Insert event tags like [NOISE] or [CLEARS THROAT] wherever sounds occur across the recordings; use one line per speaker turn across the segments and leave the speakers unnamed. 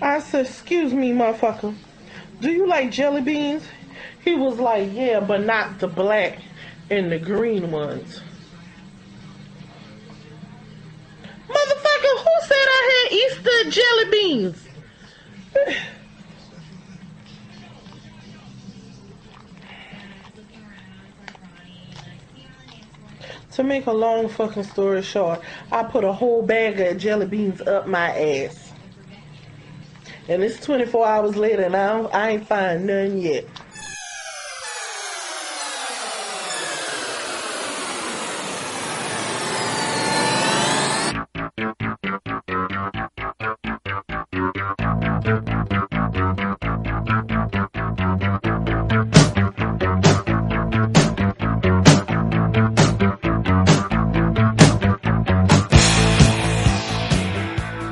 I said, excuse me, motherfucker. Do you like jelly beans? He was like, yeah, but not the black and the green ones. Motherfucker, who said I had Easter jelly beans? to make a long fucking story short, I put a whole bag of jelly beans up my ass. And it's 24 hours later, and I, don't- I ain't find none yet.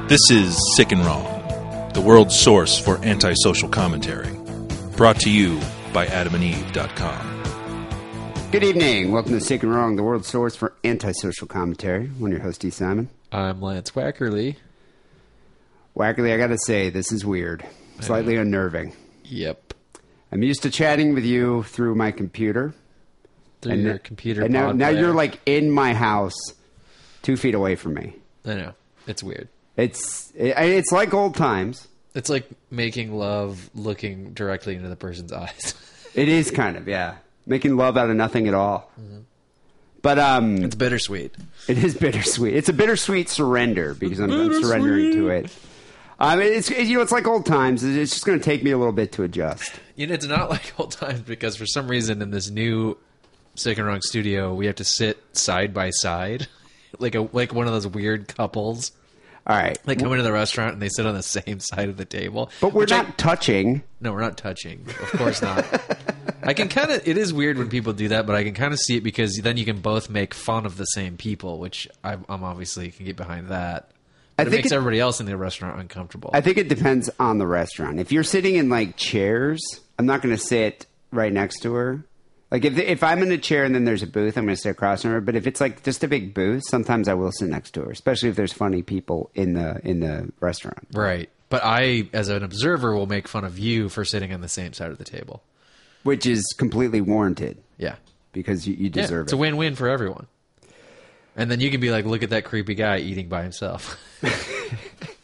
This is Sick and Wrong, the world's source for antisocial commentary. Brought to you by adamandeve.com.
Good evening. Welcome to Sick and Wrong, the world source for antisocial commentary. I'm your host, D. Simon.
I'm Lance Wackerly.
Wackerly, I gotta say, this is weird. Slightly unnerving.
Yep.
I'm used to chatting with you through my computer.
Through your computer.
and now,
pod
now
player.
you're like in my house, two feet away from me.
I know. It's weird.
It's it, it's like old times.
It's like making love looking directly into the person's [LAUGHS] eyes.
It is kind of, yeah. Making love out of nothing at all. But um
Mm-hmm. it's bittersweet.
It is bittersweet. It's a bittersweet surrender because I'm, I'm surrendering to it. Um, it's it- you know it's like old times. It- It's just going to take me a little bit to adjust.
You know, it's not [LAUGHS] like old times because for some reason in this new Sick and Wrong studio, we have to sit side by side, [LAUGHS] like a like one of those weird couples.
All right,
They come into the restaurant and they sit on the [LAUGHS] same side of the table.
but we're
which I-
not touching.
No, we're not touching. Of course
[LAUGHS]
not. I can kind of. It is weird when people do that, but I can kind of see it because then you can both make fun of the same people, which I'm, I'm obviously can get behind that. But
I
it
think
makes
it-
everybody else in the restaurant uncomfortable.
I think it depends on the restaurant. If you're sitting in like chairs, I'm not going to sit right next to her. Like if if I'm in a chair and then there's a booth, I'm going to sit across from her. But if it's like just a big booth, sometimes I will sit next to her, especially if there's funny people in the in the restaurant.
right, but I, as an observer, will make fun of you for sitting on the same side of the table.
which is completely warranted
Yeah,
because you, you
Yeah,
deserve
It's a
it.
win-win for everyone. And then you can be like, look at that creepy guy eating by himself. [LAUGHS]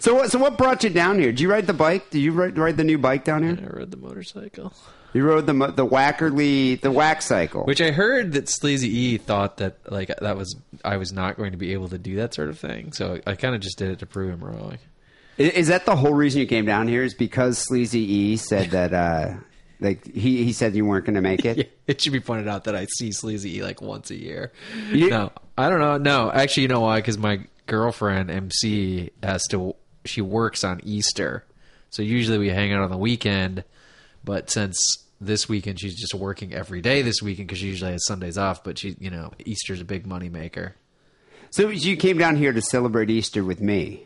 So what? So what brought you down here? Did you ride the bike? Did you ride, ride the new bike down here?
I rode the motorcycle.
You rode the mo- the Wackerly the whack cycle.
Which I heard that Sleazy E thought that like that was I was not going to be able to do that sort of thing, so I kind of just did it to prove him wrong.
I- is, that the whole reason you came down here? Is because Sleazy E said that uh, like he he said you weren't going to make it.
[LAUGHS] Yeah, it should be pointed out that I see Sleazy E like once a year.
You-
no, I don't know. No, actually, you know why? Because my girlfriend MC has to she works on Easter, so usually we hang out on the weekend. But since this weekend she's just working every day this weekend because she usually has Sundays off. But she, you know, Easter's a big money maker.
So you came down here to celebrate Easter with me.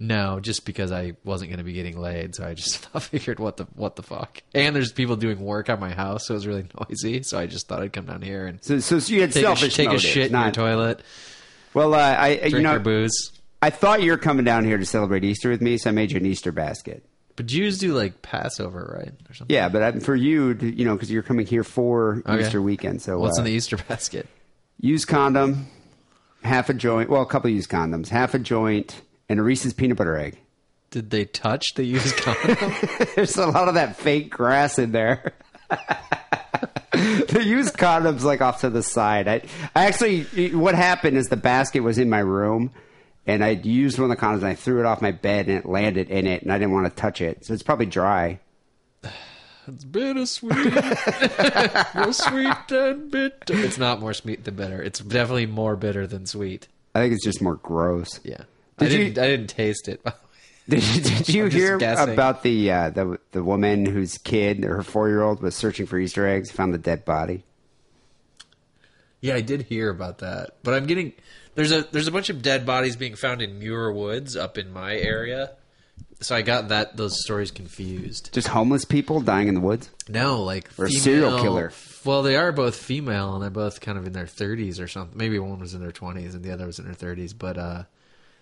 No, just because I wasn't going to be getting laid, so I just [LAUGHS] figured what the what the fuck. And there's people doing work on my house, so it was really [LAUGHS] noisy. So I just thought I'd come down here and
So so you had
take, a,
selfish
take a
motives,
shit in
not-
your toilet,
Well, uh, I you
drink
know
your booze.
I thought you were coming down here to celebrate Easter with me, so I made you an Easter basket.
But Jews do like Passover, right, or something?
Yeah, but I, for you, to- you know, because you're coming here for
Okay.
Easter weekend, so
What's
uh,
in the Easter basket?
use condom, half a joint, well, a couple used condoms, half a joint, and a Reese's peanut butter egg.
Did they touch the used [LAUGHS] condom?
[LAUGHS] There's a lot of that fake grass in there. [LAUGHS] the used condoms like off to the side. I, I actually, what happened is the basket was in my room, and I used one of the condoms and I threw it off my bed and it landed in it, and I didn't want to touch it, so it's probably dry.
it's
[LAUGHS]
bittersweet, more sweet than bitter. It's not more sweet than bitter. It's definitely more bitter than sweet.
I think it's just more gross.
Yeah,
Did
I
you-
didn't. I didn't taste it. by the way.
Did, did
[LAUGHS]
you
I'm just
hear
guessing.
about the, uh, the the woman whose kid, her four year old, was searching for Easter eggs, found the dead body?
Yeah, I did hear about that, but I'm getting there's a there's a bunch of dead bodies being found in Muir Woods up in my area, so I got that those stories confused.
Just homeless people dying in the woods?
No, like
Or a serial killer.
Well, they are both female, and they're both kind of in their 30s or something. Maybe one was in their 20s and the other was in her 30s, but uh,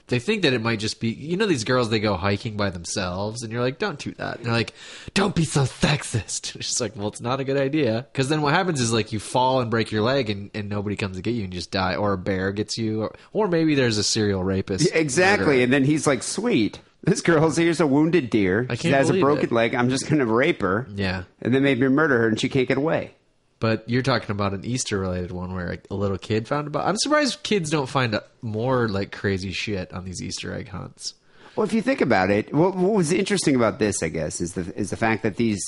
They think that it might just be, you know, these girls, they go hiking by themselves, and you're like, don't do that. And they're like, don't be so sexist. [LAUGHS] It's just like, well, it's not a good idea. Because then what happens is, like, you fall and break your leg, and, and nobody comes to get you, and you just die, or a bear gets you, or, or maybe there's a serial rapist.
Exactly.
murderer.
And then he's like, sweet. This girl's here's a wounded deer.
I
She
can't
has a
believe
broken
it.
leg. I'm just going to rape her.
Yeah.
And then maybe murder her and she can't get away.
But you're talking about an Easter related one where a little kid found about. I'm surprised kids don't find uh, more like crazy shit on these Easter egg hunts.
Well, if you think about it, what, what was interesting about this, I guess, is the is the fact that these,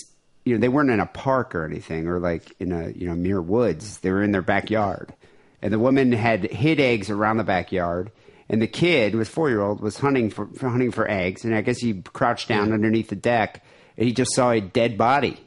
you know, they weren't in a park or anything, or like in a you know mere woods. They were in their backyard, and the woman had hid eggs around the backyard, and the kid, was four year old, was hunting for, for hunting for eggs, and I guess he crouched down underneath the deck, and he just saw a dead body.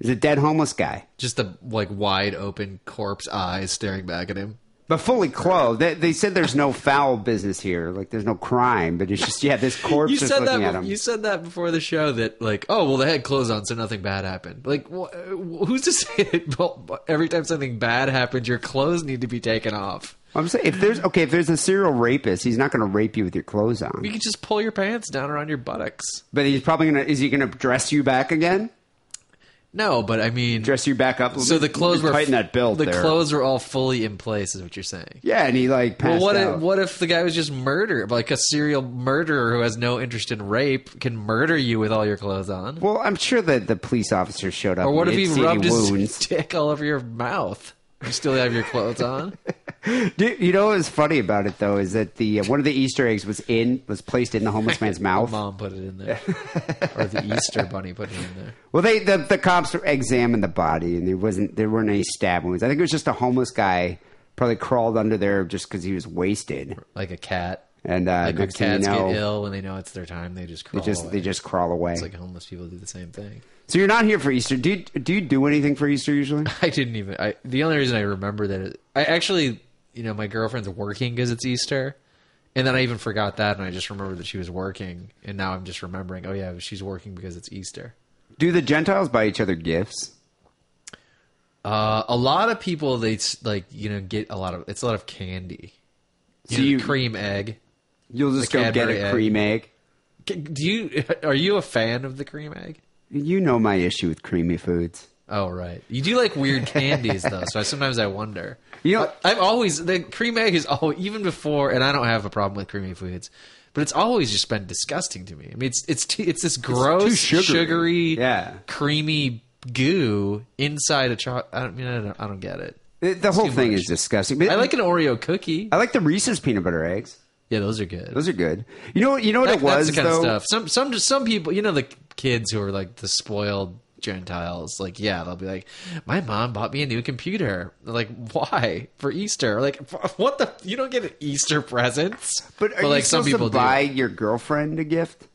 It was a dead homeless guy,
Just the like wide open corpse eyes staring back at him.
but fully clothed. They, they said there's no foul business here, like there's no crime, but it's just yeah, this
[LAUGHS]
corpse
You
is
said
looking
that.
at him.
bef- You said that before the show that like, oh well, they had clothes on, so nothing bad happened. Like, wh- wh- who's to [LAUGHS] say that well, every time something bad happens, your clothes need to be taken off?
I'm saying if there's okay, if there's a serial rapist, he's not going to rape you with your clothes
You
on,
could just pull your pants down around your buttocks.
but he's probably going to. Is he going to dress you back again?
No, but I mean,
Dress you back up?
so
a little
the
bit?
clothes were
tighten that belt.
The
there.
clothes were all fully in place, is what you're saying.
Yeah, and he like
Well,
passed
what
out.
if, what if the guy was just murdered? Like a serial murderer who has no interest in rape can murder you with all your clothes on?
well, I'm sure that the police officer showed up.
or what if
and
he
didn't see any
rubbed his
wounds?
[LAUGHS] dick all over your mouth? You still have your clothes on?
Dude, you know what was funny about it though is that the uh, one of the Easter eggs was in was placed in the homeless [LAUGHS] man's [LAUGHS] mouth.
Mom put it in there. or the Easter bunny put it in there.
Well, they the, the cops examined the body, and there wasn't there weren't any stab wounds. I think it was just a homeless guy probably crawled under there just because he was wasted.
Like a cat.
And uh,
like when
next thing you
cats
know,
get ill when they know it's their time, they just
They
crawl
just
away.
they just crawl away.
It's like homeless people do the same thing.
so you're not here for Easter. Do you, do you do anything for Easter usually?
[LAUGHS] I didn't even. I the only reason I remember that is, I actually, you know, my girlfriend's working because it's Easter, and then I even forgot that, and I just remembered that she was working, and now I'm just remembering. Oh yeah, she's working because it's Easter.
Do the Gentiles buy each other gifts?
Uh, a lot of people they s- like you know get a lot of it's a lot of candy, you
So
know,
you-
cream egg.
You'll just
The
go get
Cadbury
a
egg.
cream egg.
C- Do you [LAUGHS] are you a fan of the cream egg?
You know my issue with creamy foods.
Oh right, you do like weird candies though, so I, sometimes I wonder.
You know-
But I've always the cream egg is always even before, and I don't have a problem with creamy foods, but it's always just been disgusting to me. I mean, it's it's too, it's this gross,
sugary.
sugary,
Yeah.
creamy goo inside a chocolate. I don't I mean I don't, I don't get it.
The, the whole
too
thing
much.
is disgusting. But
I like an Oreo cookie.
I like the Reese's peanut butter eggs.
Yeah, those are good.
Those are good. You know you know what
That-
it was
that's the kind
though.
of stuff. Some some some people, you know, the kids who are like the spoiled Gentiles, like yeah, they'll be like, my mom bought me a new computer. Like why for Easter? Like [LAUGHS] what the? You don't get an Easter presents.
But are you supposed to buy your girlfriend a gift?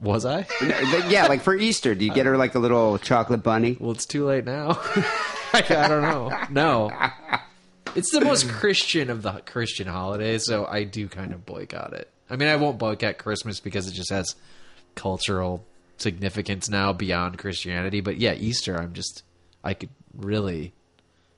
Was I?
[LAUGHS] yeah, like for Easter, do you get her like a little chocolate bunny?
Well, it's too late now. [LAUGHS] I, I don't know. No. It's the most Christian of the Christian holidays, so I do kind of boycott it. I mean, I won't boycott Christmas because it just has cultural significance now beyond Christianity. But yeah, Easter, I'm just, I could really.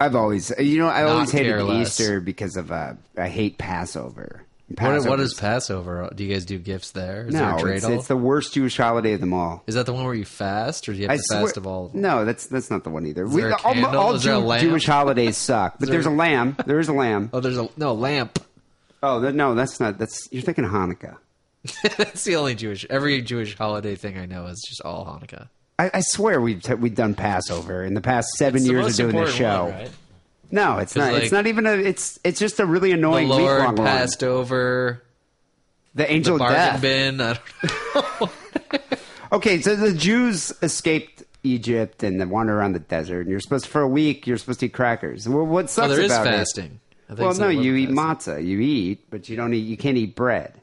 I've always, you know, I always hated
care less.
Easter because of uh, I hate Passover.
What, what
Passover's
is Passover? Do you guys do gifts there? Is
No,
there a
it's,
dreidel?
it's the worst Jewish holiday of them all.
Is that the one where you fast, or do you have
I
to
swear-
fast of all? [LAUGHS]
No, that's that's not the one either. We,
there a
all
candle?
all
Is there a
Jew-
lamp? [LAUGHS]
Jewish holidays suck, but there's a
there-
lamb. There is a lamb.
Oh, there's a no lamp.
Oh th- no, that's not. That's you're thinking of Hanukkah.
That's the only Jewish. Every Jewish holiday thing I know is just all Hanukkah.
I, I swear we've t- we've done Passover in the past seven
It's the
years of
most
doing this
important
show.
one, right?
No, it's not.
like-
it's not even a. It's it's just a really
The
annoying week long
Lord
one.
passed over
The
the
angel of
bargain
death.
bin. [LAUGHS] I don't know.
Okay, so the Jews escaped Egypt and they wander around the desert, and you're supposed for a week you're supposed to eat crackers. Well, what
oh,
sucks
there is
about it-
fasting. I think
Well,
it's
no,
like
you
one
eat
fast.
matzah, you eat, but you don't eat. You can't eat bread.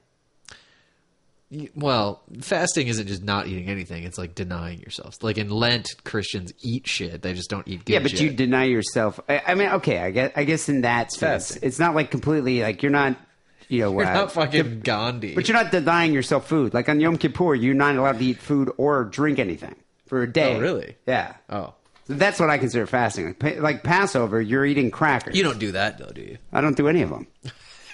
You- Well, fasting isn't just not eating anything; it's like denying yourself. Like in Lent, Christians eat shit; they just don't eat good.
Yeah, but
shit.
you deny yourself. I, I mean, okay, I guess I guess in that sense,
fasting.
it's not like completely like you're not, you
[LAUGHS]
know,
You're
uh,
not fucking Gandhi.
but you're not denying yourself food. Like on Yom Kippur, you're not allowed to eat food or drink anything for a day.
Oh, really?
Yeah.
oh,
So that's what I consider fasting. Like, pa- like Passover, you're eating crackers.
you don't do that though, do you?
I don't do any of them.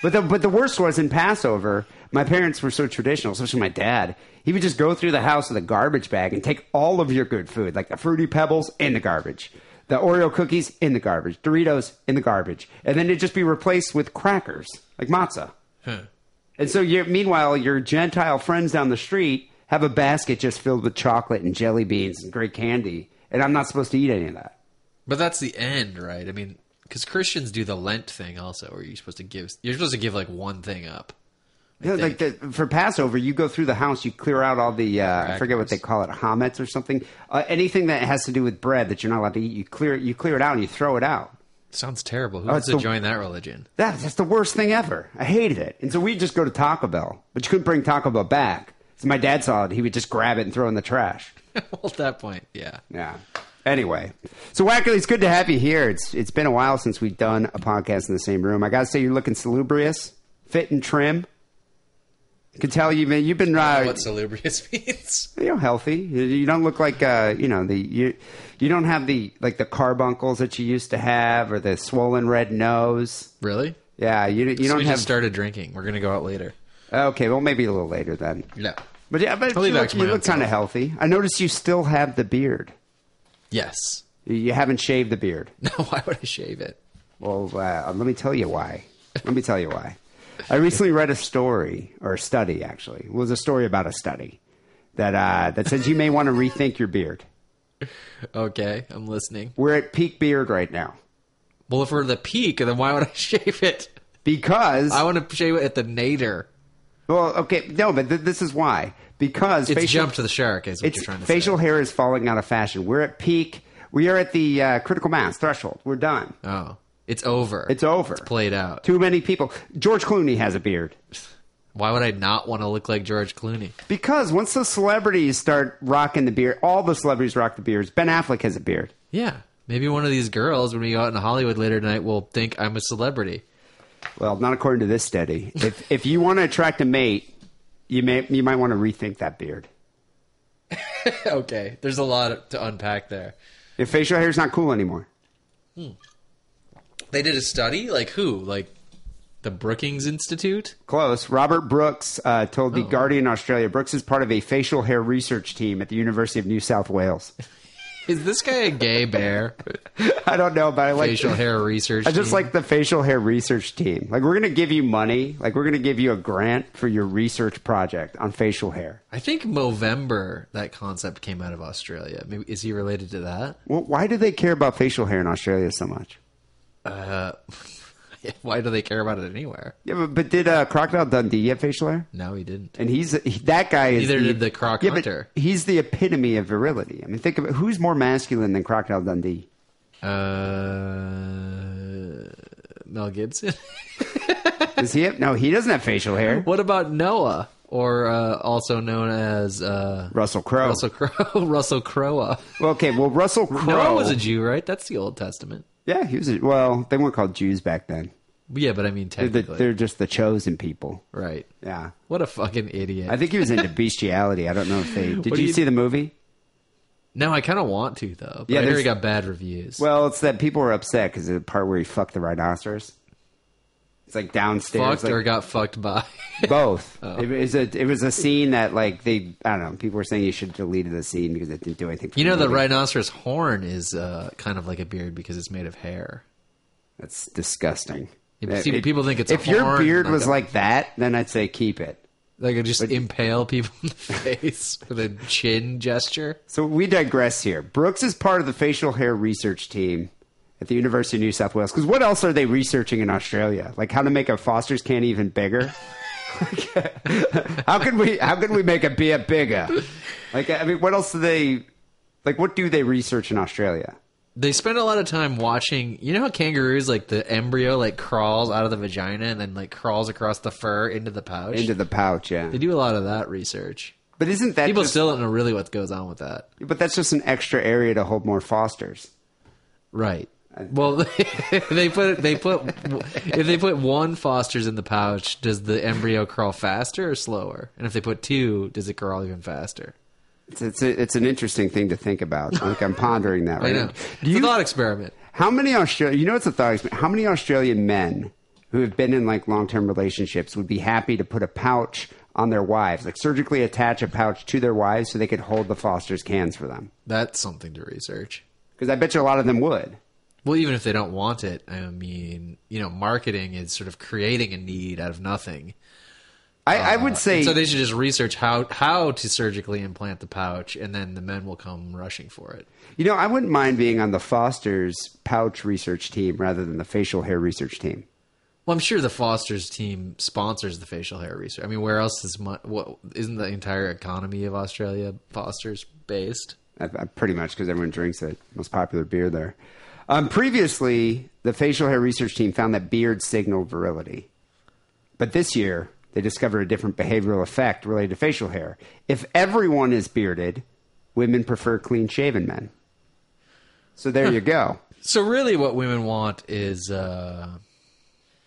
But the but the worst was in Passover. My parents were so traditional, especially my dad. He would just go through the house with a garbage bag and take all of your good food, like the fruity pebbles in the garbage, the Oreo cookies in the garbage, Doritos in the garbage, and then it'd just be replaced with crackers, like matzah. And so, you meanwhile, your Gentile friends down the street have a basket just filled with chocolate and jelly beans and great candy, and I'm not supposed to eat any of that.
But that's the end, right? I mean, because Christians do the Lent thing also, where you're supposed to give you're supposed to give like one thing up.
Yeah, like the, for Passover, you go through the house, you clear out all the uh, I forget what
Crackers.
they call it, hametz or something. Uh, anything that has to do with bread that you're not allowed to eat, you clear you clear it out and you throw it out.
Sounds terrible. Who wants
Oh, it's
to
the-
join that religion? [LAUGHS]
That, that's the worst thing ever. I hated it. And so we just go to Taco Bell, but you couldn't bring Taco Bell back. So my dad saw it; he would just grab it and throw it in the trash.
well, at that point, yeah.
Yeah. Anyway, so Wackerly, it's good to have you here. It's it's been a while since we've done a podcast in the same room. I gotta say, you're looking salubrious, fit and trim. I can tell you, man, you've been uh,
What salubrious [LAUGHS] means?
you know healthy. You- You don't look like uh, you know the you you don't have the like the carbuncles that you used to have or the swollen red nose.
Really?
Yeah, you you
So
don't
we
have.
just started drinking. We're gonna go out later.
okay, well maybe a little later then.
Yeah.
But yeah, but you
leave that
look,
to my
you
own
look kind of
self.
healthy. I noticed you still have the beard.
Yes.
You- You haven't shaved the beard.
[LAUGHS] No. Why would I shave it?
Well, uh, let me tell you why. Let me tell you why. I recently read a story or a study, actually. It was a story about a study that uh, that says you may want to rethink your beard.
Okay, I'm listening.
We're at peak beard right now
Well, if we're at the peak, then why would I [LAUGHS] shave it?
because
I want to shave it at the nadir.
well, okay, no, but th- this is why because
It's
facial,
jump to the shark, is what
it's
you're trying to
facial hair is falling out of fashion. We're at peak. We are at the uh, critical mass threshold. We're done.
say. Oh, it's over.
It's over.
played out.
Too many people. George Clooney has a beard.
Why would I not want to look like George Clooney?
Because once the celebrities start rocking the beard, all the celebrities rock the beards. Ben Affleck has a beard.
Yeah, maybe one of these girls when we go out in Hollywood later tonight will think I'm a celebrity.
Well, not according to this study. If if you want to attract a mate, you may you might want to rethink that beard.
[LAUGHS] okay, there's a lot to unpack there.
Your facial hair is not cool anymore.
They did a study, like who, like the Brookings Institute.
Close. Robert Brooks uh, told
Oh,
The Guardian Australia. Brooks is part of a facial hair research team at the University of New South Wales.
Is this guy a gay bear?
[LAUGHS] I don't know, but I like
Facial hair research.
I just
team?
like the facial hair research team. Like we're going to give you money. Like we're going to give you a grant for your research project on facial hair.
I think Movember. That concept came out of Australia. Maybe is he related to that?
Well, why do they care about facial hair in Australia so much?
Uh, [LAUGHS] why do they care about it anywhere?
Yeah, but, but did uh, Crocodile Dundee have facial hair?
No, he didn't.
And he's he, that guy is
Neither
the,
did the Croc
yeah, but
Hunter.
He's the epitome of virility. I mean, think of it, who's more masculine than Crocodile Dundee?
Uh, Mel Gibson. [LAUGHS]
Does he? Have, no, he doesn't have facial hair.
What about Noah, or uh, also known as uh,
Russell Crowe.
Russell Crowe? [LAUGHS] Russell Crowe.
Well, okay, well Russell Crowe
Noah was a Jew, right? That's the Old Testament.
yeah, he was. A, well, they weren't called Jews back then.
Yeah, but I mean
They're, the,
technically,
they're just the chosen people.
right?
Yeah,
What a fucking idiot!
I think he
[LAUGHS]
was into bestiality. I don't know if they. Did
What do
you,
you-
see the movie?
no, I kind of want to though. But
Yeah,
I hear he
there's-
got bad reviews.
Well, it's that people were upset because the part where he fucked the rhinoceros. It's like downstairs.
fucked
like,
or got Oh. fucked by. [LAUGHS]
Both. It was a it was a scene that like they I don't know people were saying you should delete the scene because it didn't do anything. For
you know, the
movie.
rhinoceros horn is uh, kind of like a beard because it's made of hair.
That's disgusting.
Yeah, see,
If-
people think it's a
if your
horn,
beard
like
was
a-
like that, then I'd say keep it.
Like, I just impale people in the [LAUGHS] face with a chin gesture.
So we digress here. Brooks is part of the facial hair research team at the University of New South Wales. Because what else are they researching in Australia? Like how to make a Foster's can even bigger. [LAUGHS] how can we? How can we make a beer bigger? Like I mean, what else do they? Like what do they research in Australia?
They spend a lot of time watching. You know how kangaroos, like the embryo, like crawls out of the vagina and then like crawls across the fur into the pouch.
Into the pouch, yeah.
they do a lot of that research.
But isn't that
People
just,
still don't know really what goes on with that,
But that's just an extra area to hold more Fosters.
right? Well, [LAUGHS] they put they put if they put one Foster's in the pouch, does the embryo crawl faster or slower? And if they put two, does it crawl even faster?
It's it's, a, it's an interesting thing to think about. Like I'm pondering that
I
right
know.
now.
It's
Do you
a thought experiment.
how many Australia? You know, it's a thought experiment. How many Australian men who have been in like long term relationships would be happy to put a pouch on their wives, like surgically attach a pouch to their wives so they could hold the foster's cans for them.
That's something to research.
Because I bet you a lot of them would.
Well, even if they don't want it, I mean, you know, marketing is sort of creating a need out of nothing. Uh,
I, I would say
so they should just research how how to surgically implant the pouch, and then the men will come rushing for it.
You know, I wouldn't mind being on the Foster's pouch research team rather than the facial hair research team.
Well, I'm sure the Foster's team sponsors the facial hair research. I mean, where else is mon- what isn't the entire economy of Australia Foster's based?
I, I, pretty much because everyone drinks it. Most popular beer there. Um, previously, the facial hair research team found that beard signaled virility. But this year, they discovered a different behavioral effect related to facial hair. If everyone is bearded, women prefer clean shaven men. So there
[LAUGHS]
you go.
So really, what women want is uh,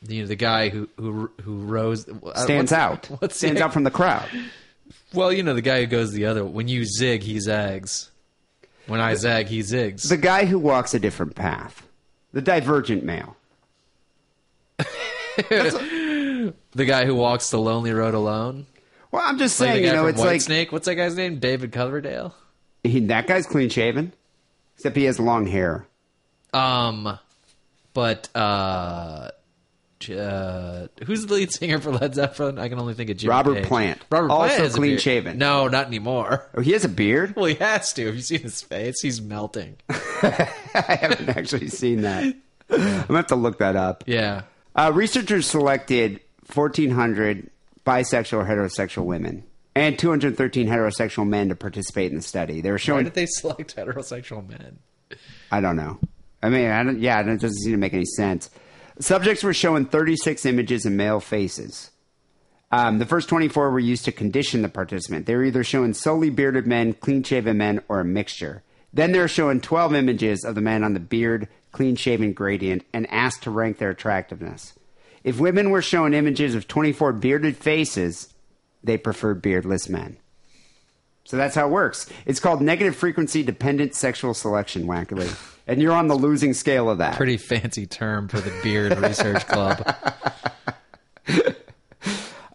you know the guy who who who rose uh,
Stands
what's-
out.
[LAUGHS] What's
Stands
the,
out from the crowd.
Well, you know the guy who goes the other. When you zig, he zags. When I zag, he zigs.
The guy who walks a different path. The
[LAUGHS]
divergent male.
The guy who walks the lonely road alone.
Well, I'm just
Like
saying,
the guy
you know,
from
it's
White
like
Snake. What's that guy's name? David Coverdale.
he, that guy's clean shaven, except he has long hair.
Um, but uh, j- uh, who's the lead singer for Led Zeppelin? I can only think of Jimmy
Robert
Page.
Plant.
Robert
Also
Plant has a
clean
beard.
shaven.
No, not anymore.
Oh, he has a beard.
[LAUGHS] Well, he has to. Have you seen his face? He's
[LAUGHS]
melting.
I haven't actually
[LAUGHS]
seen that. I'm gonna have to look that up.
Yeah.
Uh, researchers selected 1,400 bisexual heterosexual women and 213 heterosexual men to participate in the study. They were
Why
showing.
did they select heterosexual men?
I don't know. I mean, I don't, yeah, it doesn't seem to make any sense. Subjects were showing 36 images of male faces. Um, the first 24 were used to condition the participant. They were either showing solely bearded men, clean shaven men, or a mixture. Then they were showing 12 images of the men on the beard, clean shaven gradient and asked to rank their attractiveness. If women were shown images of 24 bearded faces, they preferred beardless men. So that's how it works. It's called negative frequency dependent sexual selection, Wackerly. And you're on the losing scale of that.
Pretty fancy term for the Beard Research
[LAUGHS]
Club.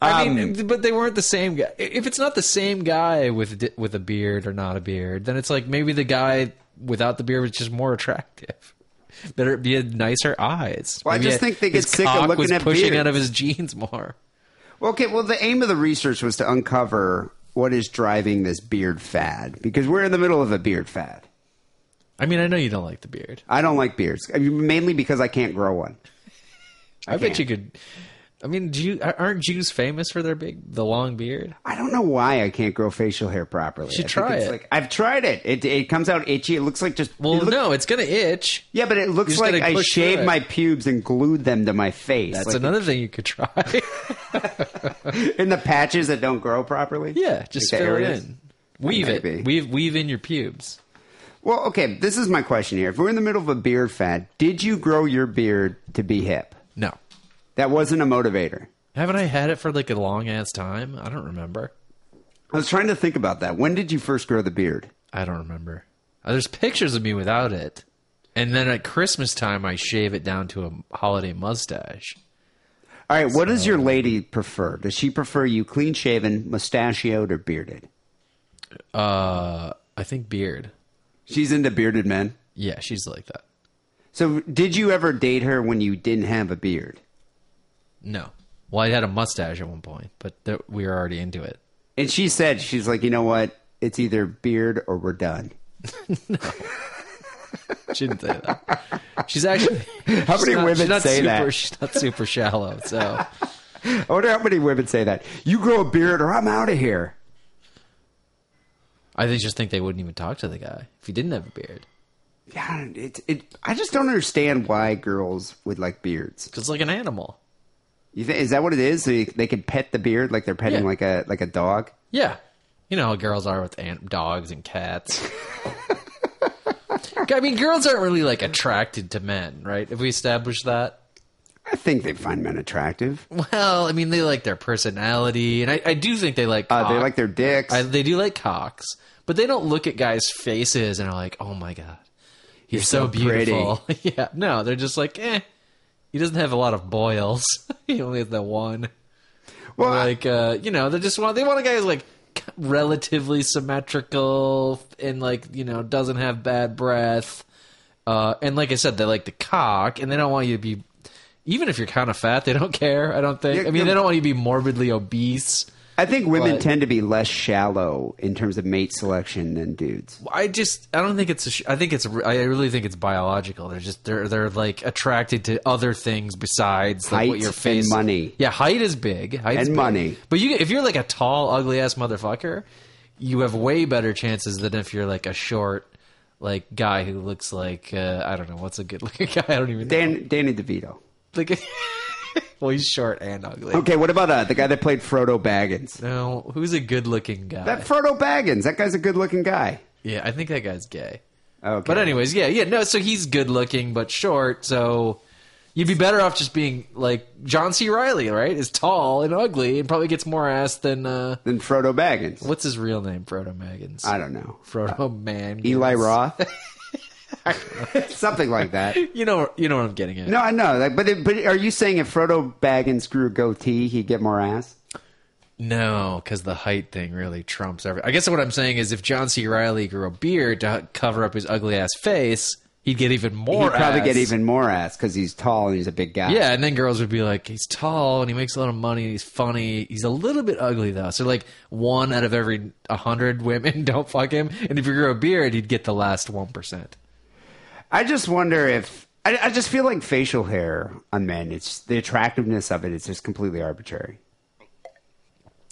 I
Um,
mean, but they weren't the same guy. If it's not the same guy with di- with a beard or not a beard, then it's like maybe the guy without the beard was just more attractive. Better be had nicer eyes.
Well, I
Maybe
just think they
his
get sick of
cock
looking
was
at
pushing out
beards.
of his jeans more.
Okay, well, the aim of the research was to uncover what is driving this beard fad because we're in the middle of a beard fad.
I mean, I know you don't like the beard.
I don't like beards, I mean, mainly because I can't grow one.
I, bet
can't.
you could. I mean, Jew, aren't Jews famous for their big, the long beard?
I don't know why I can't grow facial hair properly.
should
I think
try
it's
it.
Like, I've tried it. it. It comes out itchy. It looks like just.
Well,
it look-
no, it's gonna itch.
Yeah, but it looks
just gotta
like I
push through
shaved
it.
my pubes and glued them to my face.
That's
like,
another thing you could try.
[LAUGHS] in the patches that don't grow properly.
yeah, just
Like the
fill it
areas?
in. Weave
Maybe.
it. Weave weave in your pubes.
Well, okay, this is my question here. If we're in the middle of a beard fad, did you grow your beard to be hip?
No.
That wasn't a motivator.
Haven't I had it for like a long ass time? I don't remember.
I was trying to think about that. When did you first grow the beard?
I don't remember. Uh, There's pictures of me without it. And then at Christmas time, I shave it down to a holiday mustache.
All right, what does your lady prefer? Does she prefer you clean shaven, mustachioed, or bearded?
Uh, I think beard.
She's into bearded men.
Yeah, she's like that.
So, did you ever date her when you didn't have a beard?
No. Well, I had a mustache at one point, but th- we were already into it.
And she said, she's like, you know what? It's either beard or we're done.
[LAUGHS]
[LAUGHS]
She didn't say that. She's actually. How
many women
she's not
say
super,
that?
She's not super shallow, so.
[LAUGHS] I wonder how many women say that. You grow a beard or I'm out of here.
I think- just think they wouldn't even talk to the guy if he didn't have a beard.
Yeah, it, it, I just don't understand why girls would like beards.
Because like an animal.
You think is that what it is? So you, they can pet the beard like they're petting
Yeah.
like a like a dog.
Yeah. You know how girls are with ant- dogs and
[LAUGHS]
cats. I mean, girls aren't really like attracted to men, right? If we establish that.
I think they find men attractive.
Well, I mean, they like their personality, and I, I do think they like.
Uh, they
cock.
like their dicks.
I, they do like cocks, but they don't look at guys' faces and are like, "Oh my god, you're, so,
so
[LAUGHS]
pretty."
beautiful." yeah, no, they're just like, "Eh, he doesn't have a lot of boils. [LAUGHS] he only has that one.
Well, I-
like uh, you know, they just want they want a guy who's like relatively symmetrical and like you know doesn't have bad breath. Uh, and like I said, they like the cock, and they don't want you to be. Even if you're kind of fat, they don't care. I don't think.
Yeah,
I mean,
no.
they don't want you to be morbidly obese.
I think women
But-
tend to be less shallow in terms of mate selection than dudes.
I just I don't think it's a sh- I think it's re- I really think it's biological. They're just they're they're like attracted to other things besides like
Height
what your
and
face
money.
Yeah, height is big. Height
And money.
But you if you're like a tall ugly ass motherfucker, you have way better chances than if you're like a short like guy who looks like uh, I don't know what's a good [LAUGHS] looking guy. I don't even know.
Dan, Danny DeVito.
Like, [LAUGHS] well, he's short and ugly.
Okay, what about uh, the guy that played Frodo Baggins?
No, who's a good looking guy?
That Frodo Baggins. That guy's a good-looking guy. [LAUGHS]
yeah, I think that guy's gay.
Okay.
But anyways, yeah, yeah, no. So he's good looking but short. So you'd be better off just being like John C. Riley, right? Is tall and ugly and probably gets more ass than uh,
Then Frodo Baggins.
what's his real name? Frodo Maggins.
I don't know. Uh,
Frodo Man.
Eli Roth. Something like that.
[LAUGHS] You know, you know what I'm getting at.
No, I know. Like, but it, but are you saying if Frodo Baggins grew a goatee, he'd get more ass?
No, because the height thing really trumps everything. I guess what I'm saying is, if John C. Riley grew a beard to cover up his ugly ass face, he'd get even more.
he'd probably
ass.
get even more ass because he's tall and he's a big guy.
Yeah, and then girls would be like, he's tall and he makes a lot of money and he's funny. He's a little bit ugly though. So like one out of every a hundred women [LAUGHS] don't fuck him. And if you grew a beard, you'd get the last one percent.
I just wonder if I, I just feel like facial hair on men. It's the attractiveness of it. It's just completely arbitrary.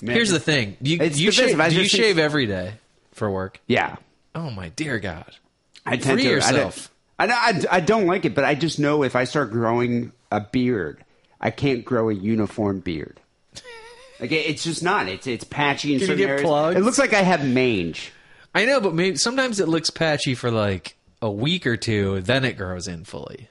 Man.
Here's the thing: you
It's
you
divisive.
shave,
I
do you
just think-
shave every day for work?
yeah.
Oh my dear God!
I
Free
I don't-
yourself.
I, don't- I, I don't like it, but I just know if I start growing a beard, I can't grow a uniform beard. Like it, it's just not. It's it's patchy in
Can you
certain
get
areas.
plugs?
It looks like I have mange.
I know, but maybe sometimes it looks patchy for like a week or two, then it grows in fully.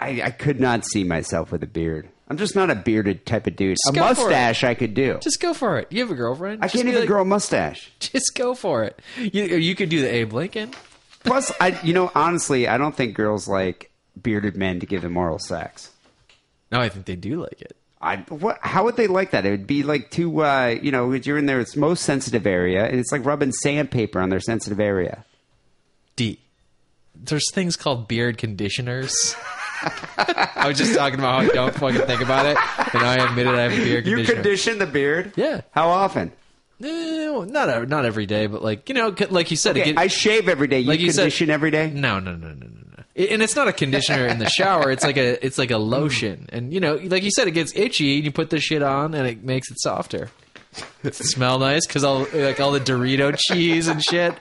I, I could not see myself with a beard. I'm just not a bearded type of dude.
Just
a
go for it.
mustache I could do.
Just go for it. You have a girlfriend.
I
Just
can't
be
even
like,
grow
[LAUGHS]
a mustache.
Just go for it. You you could do the Abe Lincoln.
Plus, I you know honestly, I don't think girls like bearded men to give them oral sex.
No, I think they do like it.
I what? How would they like that? It would be like too. Uh, you know, you're in their most sensitive area, and it's like rubbing sandpaper on their sensitive area.
D. There's things called beard conditioners. I was just talking about how I don't fucking think about it, and I admitted I have a beard conditioner.
the beard?
Yeah.
How often?
No, not ev- not every day, but like you know, c- like you said, it
Okay,
get-
I shave every day. You
like you said-
condition every day.
No, no, no, no, no, no. I- And it's not a conditioner in the shower. It's like a it's like a lotion, and you know, like you said, it gets itchy, and you put this shit on, and it makes it softer. It smell nice because all like all the Dorito cheese and shit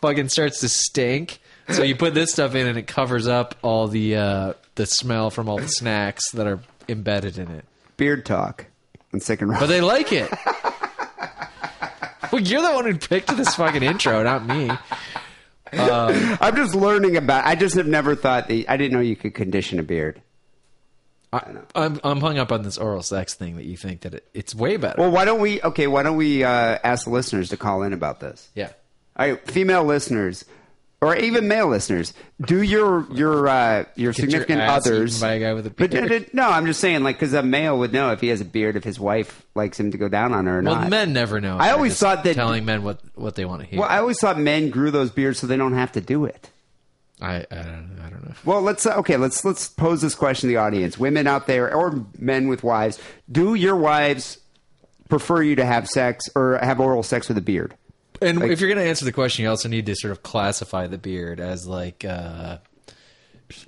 fucking starts to stink. So you put this stuff in, and it covers up all the uh, the smell from all the snacks that are embedded in it.
Beard talk. On second round.
But they like it. [LAUGHS] Well, you're the one who picked this fucking intro, not me.
[LAUGHS] I'm just learning about. I just have never thought that. I didn't know you could condition a beard.
I, I'm I'm hung up on this oral sex thing that you think that it, it's way better.
Well, why don't we? Okay, why don't we uh, ask the listeners to call in about this?
yeah.
All right, female listeners, or even male listeners, do your your uh, your significant
ass
others
eaten by a guy with a
But,
beard.
uh, no, I'm just saying, like, because a male would know if he has a beard, if his wife likes him to go down on her or
Well,
not.
men never know.
I
They're
always
just
thought that-
telling men what, what they want to hear.
well, I always thought men grew those beards so they don't have to do it.
I, I don't I don't know.
Well, let's uh, okay. Let's let's pose this question to the audience: women out there, or men with wives, do your wives prefer you to have sex or have oral sex with a beard?
And if you're going to answer the question, you also need to sort of classify the beard as like, uh,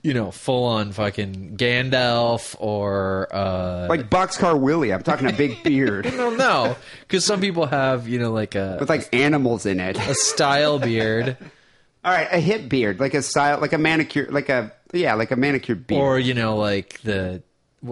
you know, full on fucking Gandalf or uh,
Like Boxcar Willie, I'm talking a
[LAUGHS]
big beard
I don't know, because some people have you know like a,
with like animals in it.
a style beard
All right, a hip beard, like a style, like a manicure, like a yeah, like a manicure beard.
or you know like the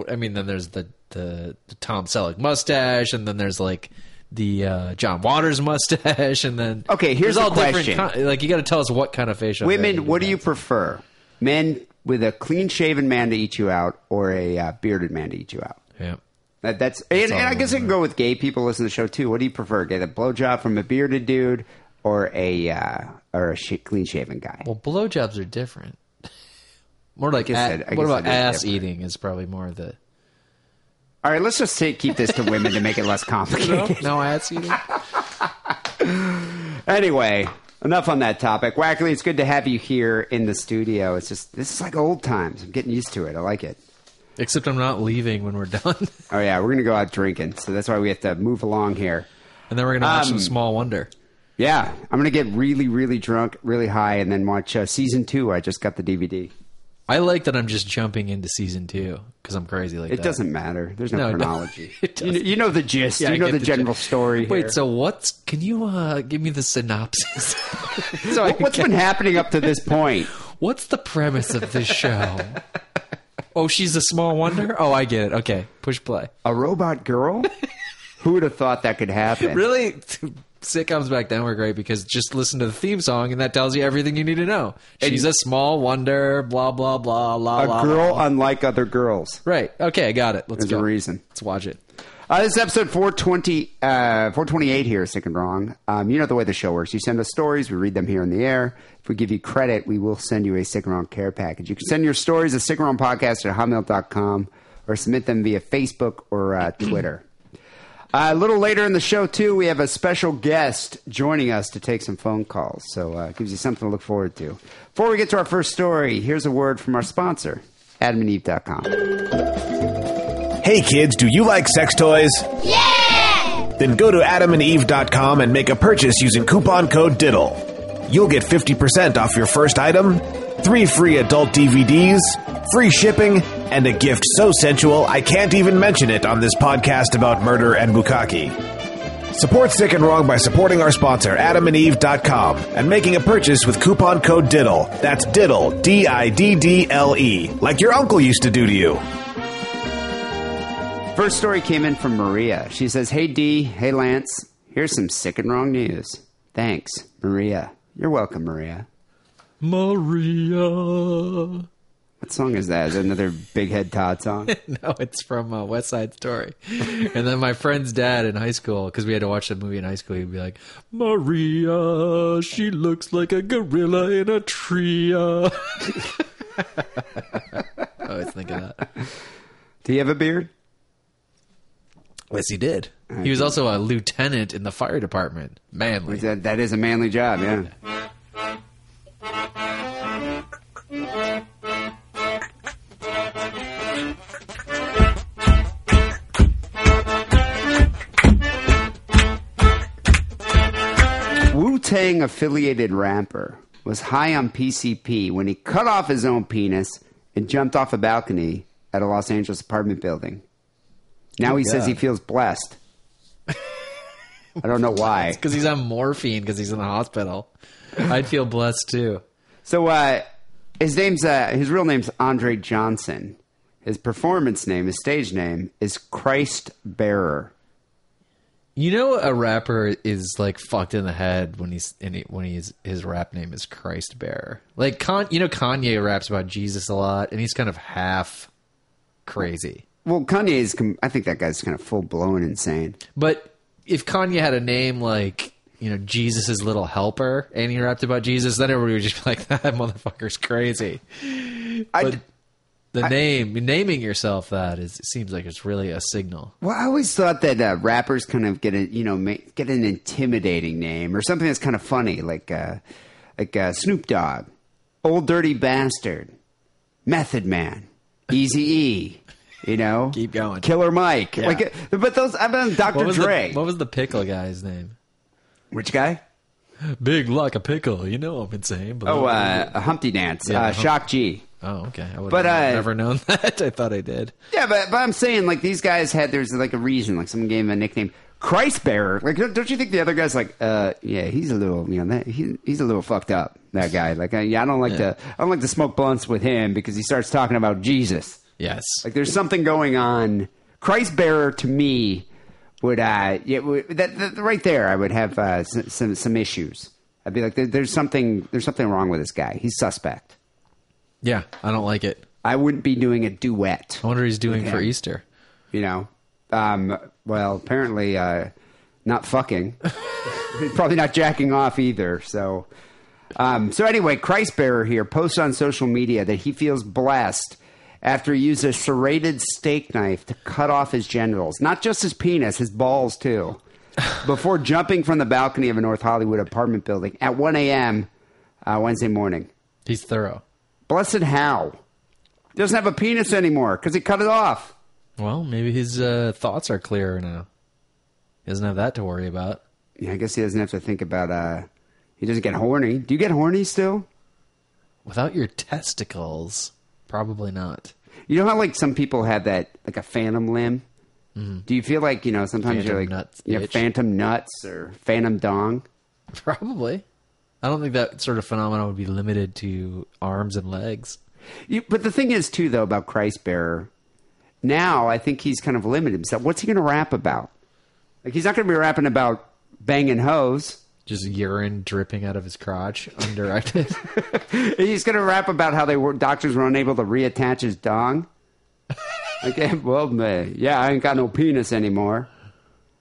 I mean then there's the the, the Tom Selleck mustache and then there's like the uh, John Waters mustache and then
Okay, here's
there's all
the
different
question.
ki- like you got to tell us what kind of facial hair
Women, what do
have.
you prefer? Men with a clean shaven man to eat you out, or a uh, bearded man to eat you out?
Yeah.
That, that's and, and I guess it can go with gay people listening to the show too. What do you prefer? Get a blowjob from a bearded dude, or a uh, or a sh- clean shaven guy?
Well, blowjobs are different. [LAUGHS] More like
I guess
a-
that- I
what
guess
about
that is
ass
different.
eating is probably more the
All right, let's just say, keep this to women to make
[LAUGHS]
it less complicated.
no e-, ass eating.
anyway, enough on that topic. Wackley, it's good to have you here in the studio. It's just this is like old times. I'm getting used to it. I like it.
Except I'm not leaving when we're done,
Oh yeah, we're gonna go out drinking, so that's why we have to move along here.
and then we're gonna watch some
Um,
Small Wonder.
Yeah, I'm gonna get really, really drunk, really high, and then watch uh, season two. I just got the DVD.
I like that I'm just jumping into season two because I'm crazy like
It
that.
doesn't matter. There's no,
No, no.
chronology.
[LAUGHS] It
you, know, you know the gist.
Yeah, I
you know
get
the,
the
general
gist.
story. here.
Wait, so what's? Can you uh, give me the
[LAUGHS]
synopsis? so I [LAUGHS]
What- what's
can-
been happening up to this point?
What's the premise of this
[LAUGHS]
show? oh, she's a small wonder. Oh, I get it. Okay, push play.
A robot
[LAUGHS]
girl? Who would have thought that could happen?
Really, sitcoms back then were great because just listen to the theme song and that tells you everything you need to know. She's a small wonder. Blah blah blah blah.
A
blah,
girl
blah.
unlike other girls.
Right. Okay, I got it. Let's
There's
go.
a reason.
Let's watch it.
Uh, this is episode 420, uh, 428 here, Sick and Wrong. Um, you know the way the show works. You send us stories, we read them here on the air. If we give you credit, we will send you a Sick and Wrong care package. You can send your stories to sickandwrongpodcast at hotmail.com or submit them via Facebook or uh, [CLEARS THROAT] Twitter. Uh, a little later in the show, too, we have a special guest joining us to take some phone calls. So uh, it gives you something to look forward to. Before we get to our first story, here's a word from our sponsor, adamandeve.com.
Hey kids, do you like sex toys?
Yeah!
Then go to adamandeve.com and make a purchase using coupon code DIDDLE. You'll get 50% off your first item, three free adult DVDs, free shipping, and a gift so sensual I can't even mention it on this podcast about murder and bukkake. Support Sick and Wrong by supporting our sponsor, adamandeve.com, and making a purchase with coupon code DIDDLE. That's DIDDLE, D I D D L E, like your uncle used to do to you.
First story came in from Maria. She says, Hey D, hey Lance, here's some sick and wrong news. Thanks, Maria. You're welcome, Maria.
Maria.
What song is that? Is that another Big Head Todd song?
[LAUGHS] No, it's from uh, West Side Story. and then my friend's dad in high school, because we had to watch the movie in high school, he'd be like, Maria, she looks like a gorilla [LAUGHS] in a tree. uh." I always think of that.
Do you have a beard? Uh,
Yes, he did. He was also a lieutenant in the fire department. Manly.
Is That, that is a manly job, yeah. Wu Tang affiliated rapper was high on PCP when he cut off his own penis and jumped off a balcony at a Los Angeles apartment building. Now he says he feels blessed. I don't know why.
Because he's on morphine because he's in the hospital. [LAUGHS] I'd feel blessed too.
So uh, his name's uh, his real name's Andre Johnson. His performance name, his stage name, is Christ Bearer.
You know, a rapper is like fucked in the head when he's in it, when he's his rap name is Christ Bearer. Like, Con, you know, Kanye raps about Jesus a lot, and he's kind of half crazy.
Well, Kanye is. Com- I think that guy's kind of full blown insane.
But if Kanye had a name like you know Jesus's little helper, and he rapped about Jesus, then everybody would just be like, [LAUGHS] "That motherfucker's crazy."
I
But the name naming yourself that is it seems like it's really a signal.
well, I always thought that uh, rappers kind of get a you know make, get an intimidating name or something that's kind of funny, like uh, like uh, Snoop Dogg, Old Dirty Bastard, Method Man, Easy E. You know,
Keep going.
Killer Mike. Like, uh, but those I've been
What
Dr.
was,
Dre.
the, what was the pickle guy's name?
Which guy?
Big like a pickle, you know I'm insane. But
Oh, uh, a Humpty Dance.
Yeah,
uh,
Hump-
Shock G.
Oh, okay. I would
But,
have
uh,
never known [LAUGHS] that. I thought I did.
Yeah, but, but I'm saying, like, these guys had, there's like a reason. Like, someone gave him a nickname. Christ bearer. Like, don't don't you think the other guy's like, uh, yeah, he's a little, you know, that, he, he's a little fucked up, that guy. Like, I, yeah, I don't like
Yeah.
to, I don't like to smoke blunts with him because he starts talking about Jesus.
Yes.
Like, there's something going on. Christ bearer to me would, uh, yeah, would, that, that right there, I would have uh, s- some some issues. I'd be like, there, there's something, there's something wrong with this guy. He's suspect.
Yeah, I don't like it.
I wouldn't be doing a duet.
I wonder what he's doing for
Okay.
Easter.
You know, um, well, apparently [LAUGHS] uh, not fucking. Probably not jacking off either. So Um, so anyway, Christbearer here posts on social media that he feels blessed after he used a serrated steak knife to cut off his genitals, not just his penis, his
[LAUGHS]
balls too, before jumping from the balcony of a North Hollywood apartment building at 1 a.m. Uh, Wednesday morning.
He's thorough.
Blessed how? Doesn't have a penis anymore because he cut it off.
Well, maybe his uh, thoughts are clearer now. He doesn't have that to worry about. [LAUGHS]
Yeah, I guess he doesn't have to think about. uh He doesn't get horny. Do you get horny still?
Without your testicles, probably not.
You know how like some people have that like a phantom limb. Do you feel like you know sometimes
Mm-hmm. Phantom
you're like
nuts
you have
itch.
phantom nuts or phantom dong?
Probably. I don't think that sort of phenomenon would be limited to arms and legs.
You, but the thing is too though about Christ bearer. Now I think he's kind of limited himself. What's he going to rap about? Like he's not going to be rapping about banging hoes.
Just urine dripping out of his crotch, [LAUGHS] undirected.
He's going to rap about how they were doctors were unable to reattach his dong. Okay, well, man, yeah, I ain't got no penis anymore.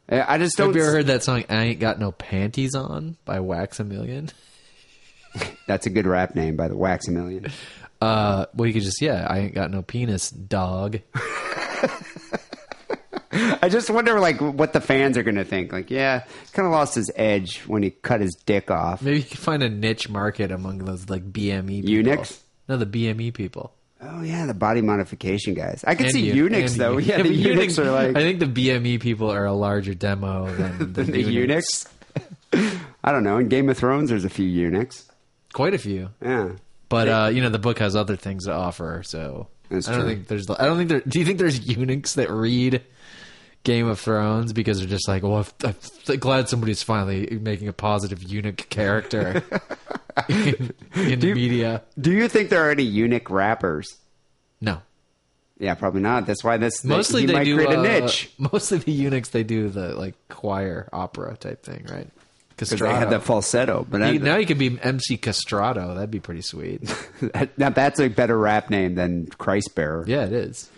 Uh, I just don't.
have you ever heard that song "I Ain't Got No Panties On" by Wax a Million?
[LAUGHS] That's a good rap name by the Wax a Million.
Uh, well, you could just yeah, I ain't got no penis, dog. [LAUGHS]
I just wonder, like, what the fans are going to think. Like, yeah, kind of lost his edge when he cut his dick off.
Maybe you could find a niche market among those like BME people.
Eunuchs?
No, the BME people.
Oh yeah, the body modification guys. I could
And
see
eu-
eunuchs
and
though.
eu- [LAUGHS]
Yeah, the
but
eunuchs are like
I think the BME people are a larger demo
[LAUGHS]
than the,
the eunuchs. I don't know. In Game of Thrones, there's a few eunuchs.
Quite a few,
Yeah.
but uh, you know the book has other things to offer. So
That's
I don't
true.
think there's. I don't think there. Do you think there's eunuchs that read? Game of Thrones because they're just like, well, I'm- I'm th- glad somebody's finally making a positive eunuch
[LAUGHS]
character in, in the
you-
media.
Do you think there are any eunuch rappers?
No,
Yeah, probably not. That's why this
mostly
he
they
might
do
create a
uh,
niche
Mostly the eunuchs they do the like choir opera type thing, right?
because they had
Castrato.
the falsetto. But
You-
I,
now you could be MC Castrato. That'd be pretty
[LAUGHS]
sweet.
now that's a better rap name than Christ Bearer. Um,
yeah, it is.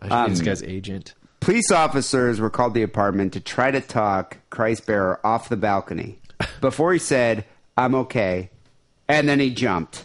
I should be this guy's agent.
Police officers were called to the apartment to try to talk Christ bearer off
[LAUGHS]
the balcony before he said, I'm okay. And then he jumped.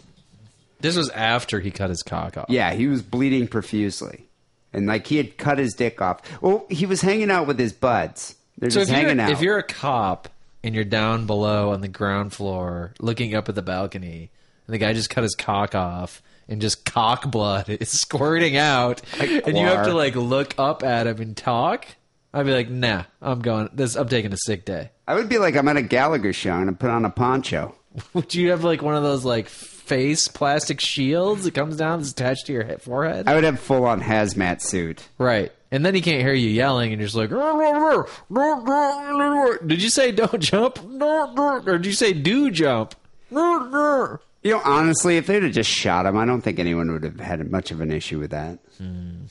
This was after he cut his cock off.
Yeah, he was bleeding profusely. And like he had cut his dick off. Well, he was hanging out with his buds. They're
So if
just
you're,
hanging out.
if you're a cop and you're down below on the ground floor looking up at the balcony, and the guy just cut his cock off and just cock blood [LAUGHS] is squirting out, and you have to
guar.
like look up at him and talk, I'd be like, nah, I'm going. This I'm taking a sick
[LAUGHS]
day.
I would be like, I'm at a Gallagher show and I put on a poncho.
Would you have like one of those like face plastic shields that comes down that's attached to your he- forehead?
I would have full on hazmat suit.
Right. And then he can't hear you yelling, and you're just like, "Rah, rah, rah, rah, rah, rah, rah." did you say don't jump? [LAUGHS] Rah, rah, Or did you say do jump? Rah, rah.
You know, honestly, if they'd have just shot him, I don't think anyone would have had much of an issue with that.
Hmm.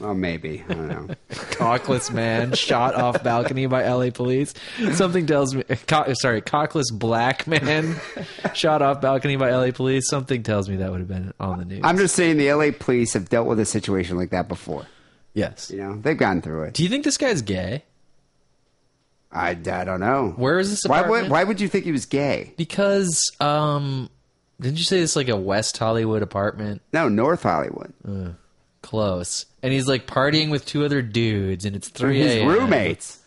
Well, maybe.
[LAUGHS]
I don't know.
Cockless man shot off balcony by LA police. Something tells me, co- sorry, cockless black man shot off balcony by LA police. Something tells me that would have been on the news.
I'm just saying the LA police have dealt with a situation like that before.
yes.
You know, they've gone through it.
Do you think this guy's gay?
I, I don't know.
Where is this
Why, why,
apartment?
why would you think he was gay?
Because, um, didn't you say it's like a West Hollywood apartment? Uh,
No, North Hollywood.
close and he's like partying with two other dudes and it's 3
His
a.m.
roommates.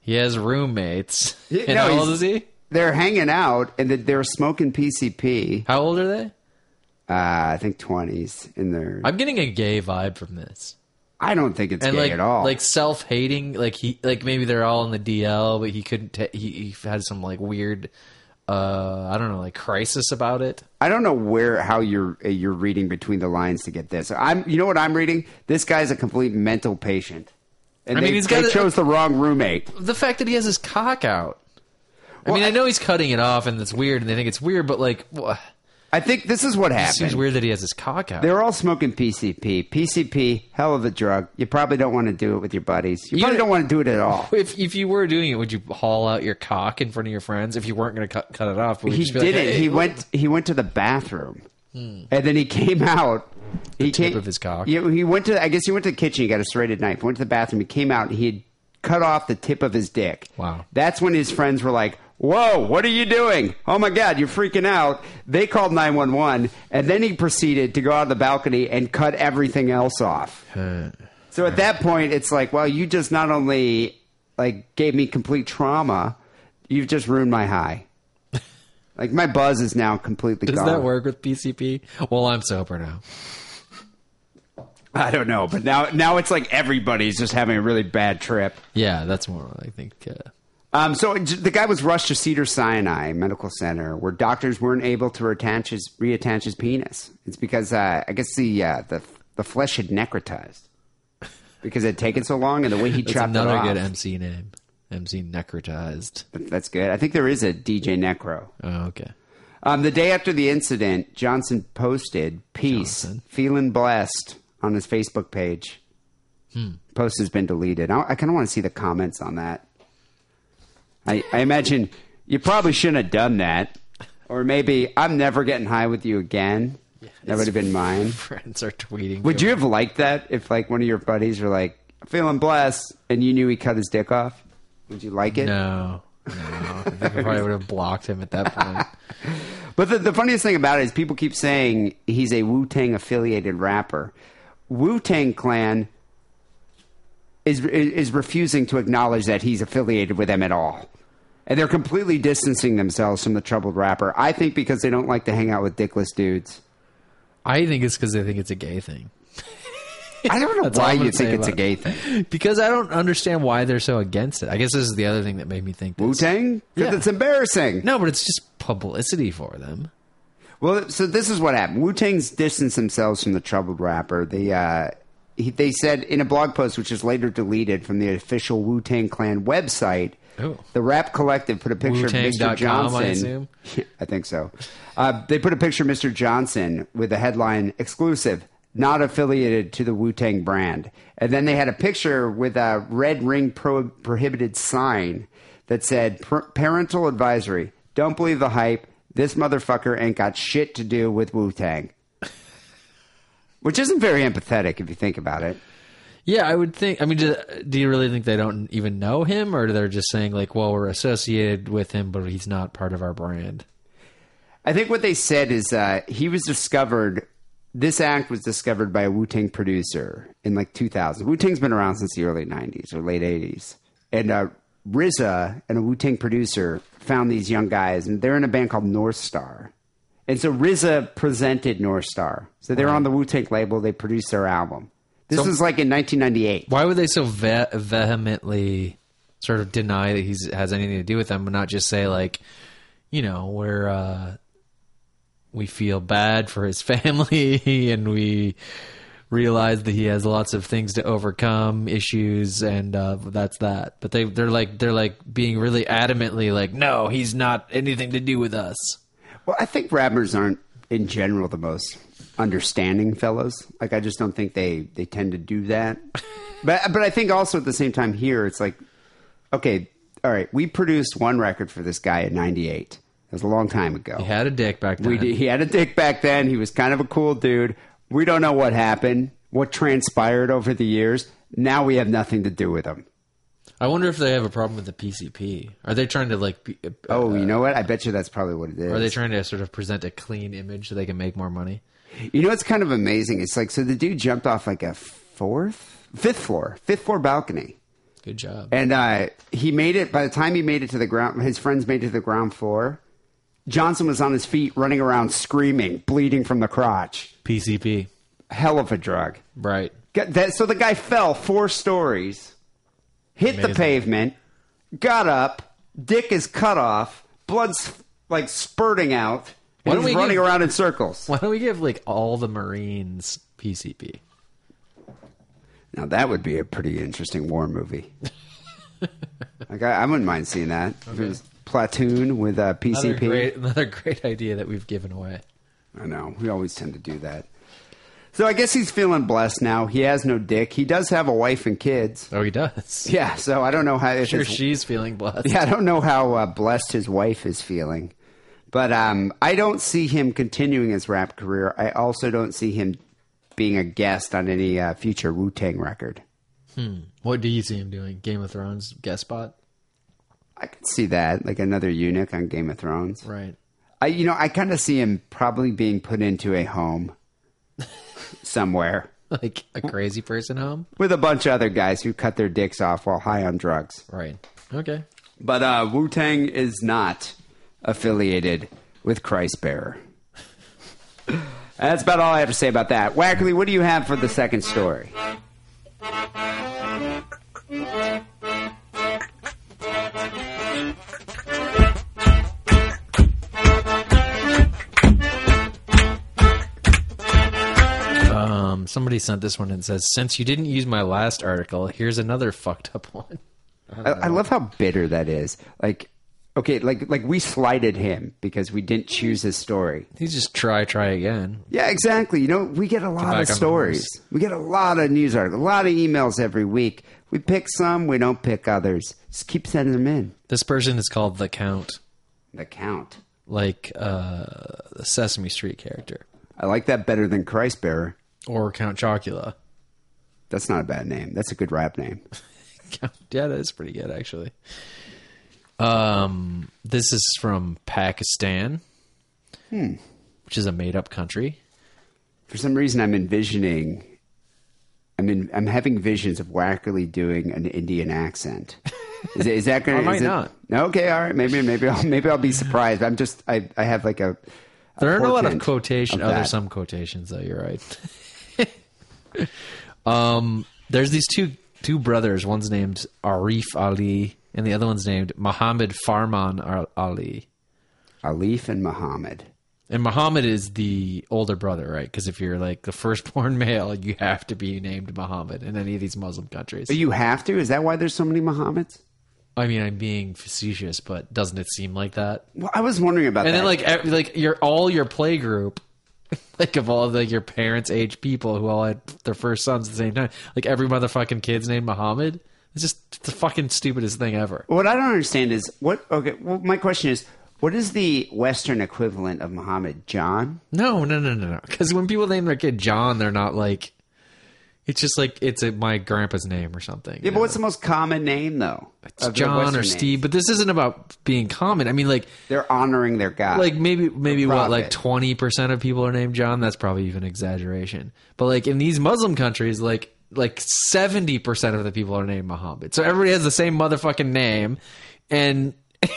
he has roommates
He-
and e,
no,
how old is
he's-
he
They're hanging out and they- they're smoking PCP.
how old are they
Uh, I think 20s in their. I,
i'm getting a gay vibe from this
don't think it's
and
gay
like
at all.
like self-hating like he like maybe they're all in the dl but he couldn't ta he, he had some like weird uh i don't know like crisis about it
I don't know where how you're uh, you're reading between the lines to get this. I'm you know what I'm reading. This guy's a complete mental patient, and
I mean,
they,
he's
they
got a-
chose the wrong roommate.
the fact that he has his cock out i mean I, know he's cutting it off and it's weird and they think it's weird but like wha-
I think this is what
it
happened.
seems weird that he has his cock out
They're all smoking PCP. PCP, hell of a drug. You probably don't want to do it with your buddies. You,
You
probably
know-
don't want to do it at all.
If if you were doing it, would you haul out your cock in front of your friends? If you weren't going to cut, cut it off, but would you
He
just be like,
did it.
"Hey,
He
look,"
went. He went to the bathroom, and then he came out. He
tip
came,
of his cock.
Yeah, he went to. I guess he went to the kitchen. He got a serrated knife. Went to the bathroom. He came out. He had cut off the tip of his dick.
Wow.
That's when his friends were like, Whoa, what are you doing? Oh my God, you're freaking out. They called 911, and then he proceeded to go out the balcony and cut everything else off. so at that point, it's like, well, you just not only like gave me complete trauma, you've just ruined my high. like my buzz is now completely
Does
gone.
that work with PCP? Well, I'm sober now.
I don't know, but now now it's like everybody's just having a really bad trip.
Yeah, that's more. I think. Uh,
Um, so j- the guy was rushed to Cedar Sinai Medical Center, where doctors weren't able to reattach his, reattach his penis. It's because uh, I guess the uh, the the flesh had necrotized because it had taken so long, and the way
[LAUGHS]
he
that's
chopped it
another
off.
good MC name. MC necrotized.
That's good. I think there is a DJ Necro.
Oh, okay.
Um, the day after the incident, Johnson posted "Peace, feeling blessed" on his Facebook page. Post has been deleted. I, I kind of want to see the comments on that. I, I imagine you probably shouldn't have done that, or maybe I'm never getting high with you again. that would have been mine.
[LAUGHS] Friends are tweeting.
Would you have liked that if like one of your buddies were like feeling blessed and you knew he cut his dick off? Would you like it?
No. No. I think I probably would have blocked him at that point.
[LAUGHS] But the, the funniest thing about it is people keep saying he's a Wu Tang affiliated rapper. Wu Tang Clan is is refusing to acknowledge that he's affiliated with them at all, and they're completely distancing themselves from the troubled rapper. I think because they don't like to hang out with dickless dudes.
I think it's because they think it's a gay thing.
I don't know
That's all
why
I'm
you
gonna
think
say
it's a
about
gay thing.
[LAUGHS] Because I don't understand why they're so against it. I guess this is the other thing that made me think this.
Wu Tang? Because
Yeah.
it's embarrassing.
No, but it's just publicity for them.
Well, so this is what happened. Wu Tang's distanced themselves from the troubled rapper. They uh, he, they said in a blog post, which was later deleted from the official Wu Tang Clan website.
Oh.
The rap collective put a picture
Wu-Tang.com,
of Mr. Johnson.
I assume?
[LAUGHS] I think so. Uh, they put a picture of Mr. Johnson with the headline "Exclusive." Not affiliated to the Wu Tang brand, and then they had a picture with a red ring pro- prohibited sign that said "Pr- "Parental advisory: Don't believe the hype. This motherfucker ain't got shit to do with Wu Tang," [LAUGHS] which isn't very empathetic if you think about it.
Yeah, I would think. I mean, do, do you really think they don't even know him, or they're just saying like, "Well, we're associated with him, but he's not part of our brand."
I think what they said is uh, he was discovered. This act was discovered by a Wu Tang producer in like 2000. Wu Tang's been around since the early 90s or late 80s, and uh, RZA and a Wu Tang producer found these young guys, and they're in a band called North Star. And so RZA presented North Star, so they were on the Wu Tang label. They produced their album. This was like in 1998.
Why would they so ve- vehemently sort of deny that he has anything to do with them, and not just say like, you know, we're uh, we feel bad for his [LAUGHS] family, and we realize that he has lots of things to overcome, issues, and uh, that's that. But they they're like they're like being really adamantly like, no, he's not anything to do with us.
Well, I think rappers aren't in general the most understanding fellows. Like I just don't think they they tend to do
[LAUGHS]
that. but but I think also at the same time here it's like okay, all right, we produced one record for this guy in 98. That was a long time ago.
He had a dick back then.
we did, he had a dick back then. He was kind of a cool dude. We don't know what happened, what transpired over the years. Now we have nothing to do with him.
I wonder if they have a problem with the PCP. Are they trying to like? Be,
Oh, you know what? I bet you that's probably what it is.
uh, Are they trying to sort of present a clean image so they can make more money?
You know, it's kind of amazing. It's like, so the dude jumped off like a fourth, fifth floor, fifth floor balcony.
Good job.
And uh, he made it, by the time he made it to the ground, his friends made it to the ground floor. Johnson was on his feet, running around, screaming, bleeding from the crotch.
PCP.
Hell of a drug.
Right.
Got that, so the guy fell four stories, hit the
Amazing.
pavement, got up, dick is cut off, blood's like spurting out,
Why
and
don't we
he's running
give-
around in circles.
Why don't we give like all the Marines PCP?
Now that would be a pretty interesting war movie.
[LAUGHS]
like I, I wouldn't mind seeing that. If it was Platoon with uh,
Another
PCP.
great, another great idea that we've given away.
I know we always tend to do that. So I guess he's feeling blessed now. He has no dick. He does have a wife and kids.
Oh, he does.
[LAUGHS] Yeah. So I don't know how. If
Sure,
his-
she's feeling blessed.
yeah, I don't know how uh, blessed his wife is feeling. But um, I don't see him continuing his rap career. I also don't see him being a guest on any uh, future Wu Tang record.
Hmm. What do you see him doing? Game of Thrones guest spot?
I could see that, like another eunuch on Game of Thrones.
Right. [LAUGHS]
I, you know, I kind of see him probably being put into
[LAUGHS]
a home somewhere
Like a crazy person home.
with a bunch of other guys who cut their dicks off while high on drugs.
Right. Okay.
But uh, Wu Tang is not affiliated with
[LAUGHS]
Christ Bearer. That's about all I have to say about that. Wackerly, what do you have for the second story?
Um, somebody sent this one and says, "Since you didn't use my last article, here's another fucked up [LAUGHS] one."
I, I love how bitter that is. Like, okay, like like we slighted him because we didn't choose his story.
He's just try, try again.
Yeah, exactly. You know, we get a
back
lot
on
of
the
stories. We get a lot of news articles, a lot of emails every week. We pick some, we don't pick others. Just keep sending them in.
This person is called the Count,
The count.
like uh, the Sesame Street character,
I like that better than Christ Bearer.
or Count Chocula. [LAUGHS]
That's not a bad name. That's a good rap name.
yeah, that is pretty good actually. Um, this is from Pakistan, which is a made-up country.
For some reason, I'm envisioning. I mean, I'm having visions of Wackerly doing an Indian accent. Is, it, is that
[LAUGHS]
going?
I
to
might
is it,
not.
Okay, all right. Maybe, maybe, I'll, maybe I'll be surprised. I'm just, I, I have like a. a
There aren't a lot of
portent
quotation.
of
oh,
that.
there's some quotations though. You're right. [LAUGHS] um, there's these two two brothers. One's named Arif Ali, and the other one's named Muhammad Farman Al- Ali.
Alif and Muhammad.
And Muhammad is the older brother, right? Because if you're like the firstborn [LAUGHS] male, you have to be named Muhammad in any of these Muslim countries.
But you have to. Is that why there's so many Muhammads?
I mean, I'm being facetious, but doesn't it seem like that?
Well, I was wondering about
And
that.
then like e- ev- like your all your play group, [LAUGHS] like of all like your parents' age people who all had their first sons at the same time, like every motherfucking kid's named Muhammad. It's just the fucking stupidest thing ever.
what I don't understand is what. Okay, well, my question is, what is the Western equivalent of Muhammad? John.
No, no, no, no, no. Because when people name their kid John, they're not like. It's just like it's a, my grandpa's name or something.
Yeah, but what's the most common name though?
it's
of the
John
Western
or
names?
Steve? But this isn't about being common. I mean, like
They're honoring their god.
like maybe maybe what
profit.
like 20% of people are named john that's probably even exaggeration but like in these muslim countries like like 70% of the people are named muhammad so everybody has the same motherfucking name and [LAUGHS]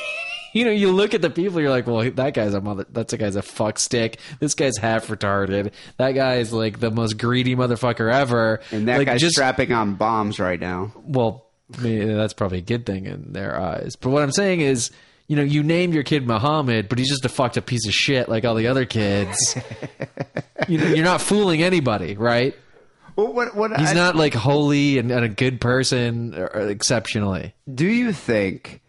you know you look at the people you're like well that guy's a mother that's a guy's a fuck stick this guy's half retarded that guy's like the most greedy motherfucker ever
And that
like,
guy's
just
strapping on bombs right now.
well, I mean, that's probably a good thing in their eyes. But what I'm saying is, you know, you named your kid Muhammad, but he's just a fucked up piece of shit like all the other
[LAUGHS]
kids. you know, you're not fooling anybody, right?
Well, what, what,
He's
I-
not like holy and, and a good person or, or exceptionally.
do you think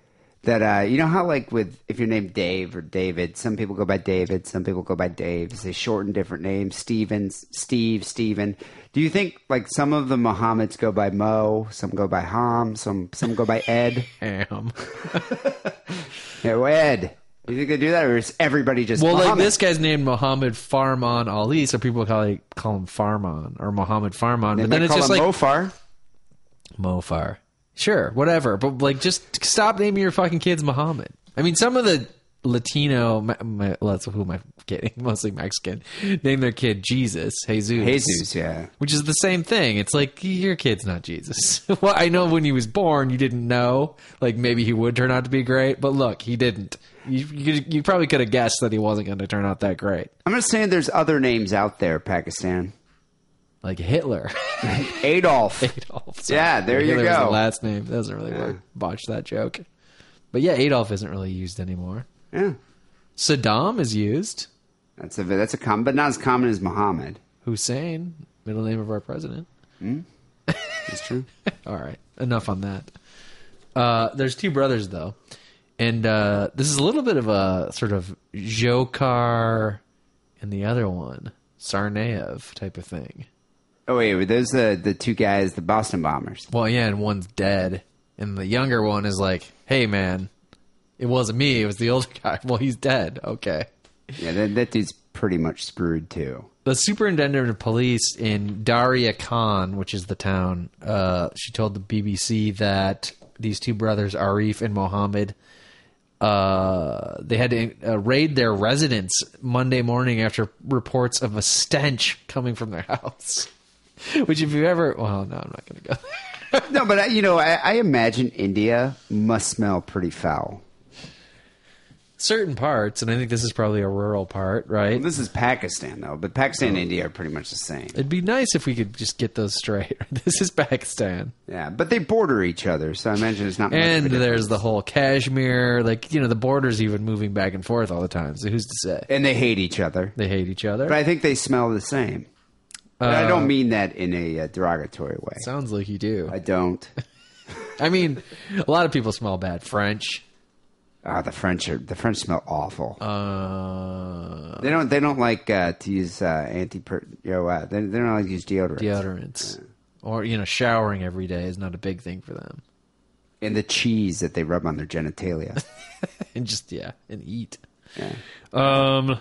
that, uh, you know how, like, with if you're named Dave or David, some people go by David, some people go by Dave. They shorten different names Stevens, Steve, Steven. Do you think, like, some of the Mohammeds go by Mo, some go by Ham, some, some go by
[LAUGHS]
Ed? [LAUGHS]
Am.
yeah, well, Ed. Do you think they do that, or is everybody just
Well, like
Mohammed?
this guy's named Muhammad Farman Ali, so people call, like, call him Farman or Muhammad Farman.
They
but then
might
it's
call
just
him
like
Mofar.
Mofar. Sure, whatever. But like, just stop naming your fucking kids Muhammad. I mean, some of the Latino, my, my, well, that's who am I kidding? [LAUGHS] Mostly Mexican. Name their kid Jesus, Jesus,
Jesus, yeah.
which is the same thing. It's like your kid's not Jesus. [LAUGHS] well, I know when he was born, you didn't know. Like maybe he would turn out to be great, but look, he didn't. You you, you probably could have guessed that he wasn't going to turn out that great.
I'm just saying there's other names out there, Pakistan.
Like Hitler. [LAUGHS]
Adolf.
Adolf.
Yeah, there you
Hitler was the
go.
last name That doesn't really work. Botch that joke. But yeah, Adolf isn't really used anymore.
yeah.
Saddam is used.
That's a that's a common, but not as common as Muhammad. Hmm?
Hussein, middle name of our president.
It's true.
[LAUGHS] All right, enough on that. Uh, there's two brothers though, and uh, this is a little bit of a sort of Jokar and the other one Sarnaev type of thing.
oh wait, were those the the two guys, the Boston Bombers?
Well, yeah, and one's dead, and the younger one is like, "Hey, man, it wasn't me. It was the older [LAUGHS] guy. Well, he's dead. Okay."
Yeah, that, that dude's pretty much screwed too.
the superintendent of police in Daria Khan, which is the town, uh, she told the BBC that these two brothers, Arif and Mohammed, uh, they had to uh, raid their residence Monday morning after reports of a stench coming from their [LAUGHS] house. Which, if you ever, well, no, I'm not going to go.
[LAUGHS] No, but I, you know, I, I imagine India must smell pretty foul.
Certain parts, and I think this is probably a rural part, right?
This is Pakistan though, but Pakistan and India are pretty much the same.
It'd be nice if we could just get those straight. [LAUGHS] this is Pakistan.
Yeah, but they border each other, so I imagine it's not. much of a
And
difference.
there's the whole Kashmir, like you know, the borders even moving back and forth all the time. So who's to say
and they hate each other,
they hate each other?
but I think they smell the same. But I don't mean that in a uh, derogatory way.
Sounds like you do.
I don't.
[LAUGHS] I mean, a lot of people smell bad French.
Ah, the French are the French smell awful.
Uh,
they don't. They don't like uh, to use uh, anti. You know, uh, they, they don't like to use Uh, deodorant.
deodorants, or you know, showering every day is not a big thing for them.
and the cheese that they rub on their genitalia.
And just yeah, and eat.
Yeah.
Um.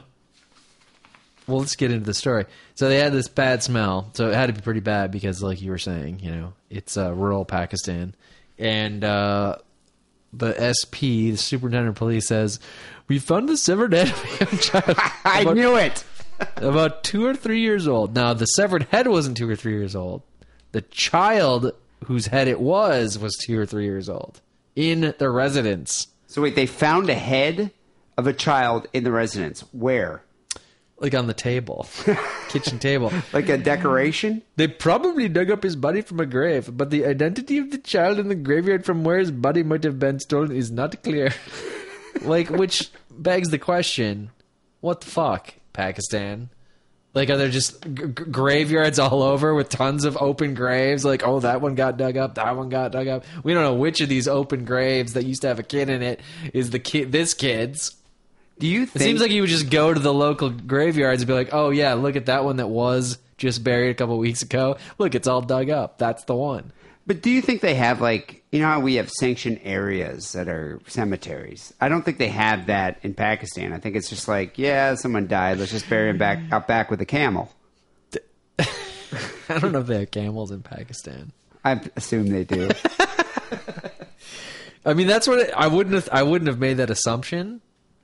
Well, let's get into the story. So they had this bad smell. So it had to be pretty bad because, like you were saying, you know, it's uh, rural Pakistan, and uh, the SP, the superintendent of police, says we found the severed head of a young child
[LAUGHS] I
about,
knew it.
about two or three years old. Now the severed head wasn't two or three years old. The child whose head it was was two or three years old [LAUGHS] in the residence.
So wait, they found a head of a child in the residence. Where?
like on the table, [LAUGHS] kitchen table.
Like a decoration?
They probably dug up his body from a grave, but the identity of the child in the graveyard from where his body might have been stolen is not clear. [LAUGHS] like, which begs the question: What the fuck, Pakistan? Like, are there just g- g- graveyards all over with tons of open graves? Like, oh, that one got dug up, that one got dug up. We don't know which of these open graves that used to have a kid in it is the kid, this kid's.
Do you
It
think?
seems like you would just go to the local graveyards and be like, "Oh yeah, look at that one that was just buried a couple weeks ago. Look, it's all dug up. That's the
[LAUGHS]
one."
But do you think they have like you know how we have sanctioned areas that are cemeteries? I don't think they have that in Pakistan. I think it's just like, yeah, someone died. Let's just bury him back out back with a camel.
I don't know if they have camels in Pakistan.
I assume they do.
[LAUGHS] I mean, that's what it, I wouldn't have, I wouldn't have made that assumption,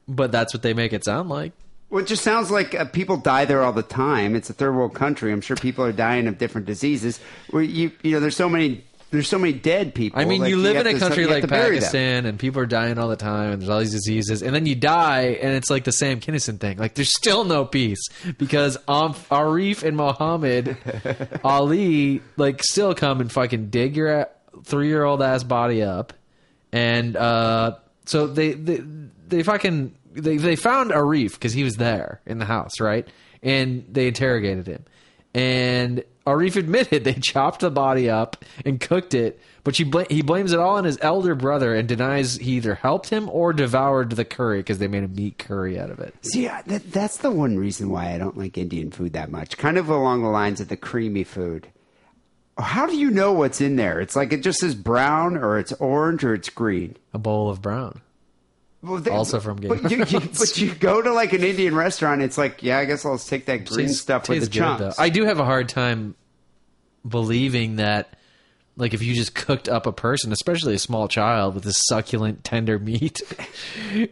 but that's what they make it sound like.
well, it just sounds like uh, people die there all the time. It's a third world country. I'm sure people are dying of different diseases. Where you you know there's so many there's so many dead people.
I mean,
like,
you live
have
in a
to-
country
you have
like
to bury them.
Pakistan, and people are dying all the time, and there's all these diseases, and then you die, and it's like the Sam Kinison thing. Like, there's still no peace because um, Arif and
[LAUGHS]
Mohammed Ali, like, still come and fucking dig your three year old ass body up, and uh, so they they they fucking they they found Arif because he was there in the house, right? And they interrogated him, and Arif admitted they [LAUGHS] chopped the body up and cooked it, but she bla- he blames it all on his elder brother and denies he either helped him or devoured the curry because they made a meat curry out of it.
See, I- that, that's the one reason why I don't like Indian food that much. Kind of along the lines of the creamy food. How do you know what's in there? It's like it just says brown or it's orange or it's green.
A bowl of brown.
Well, they-
Also from Game
but you,
of [LAUGHS]
you-
Thrones.
but you go to like an Indian restaurant, it's like, yeah, I guess I'll just take that green
Tastes-
stuff with the
tastes good,
chunks.
though. I do have a hard time believing that, like, if you just cooked up a person, especially a small child, with this succulent, tender [LAUGHS] meat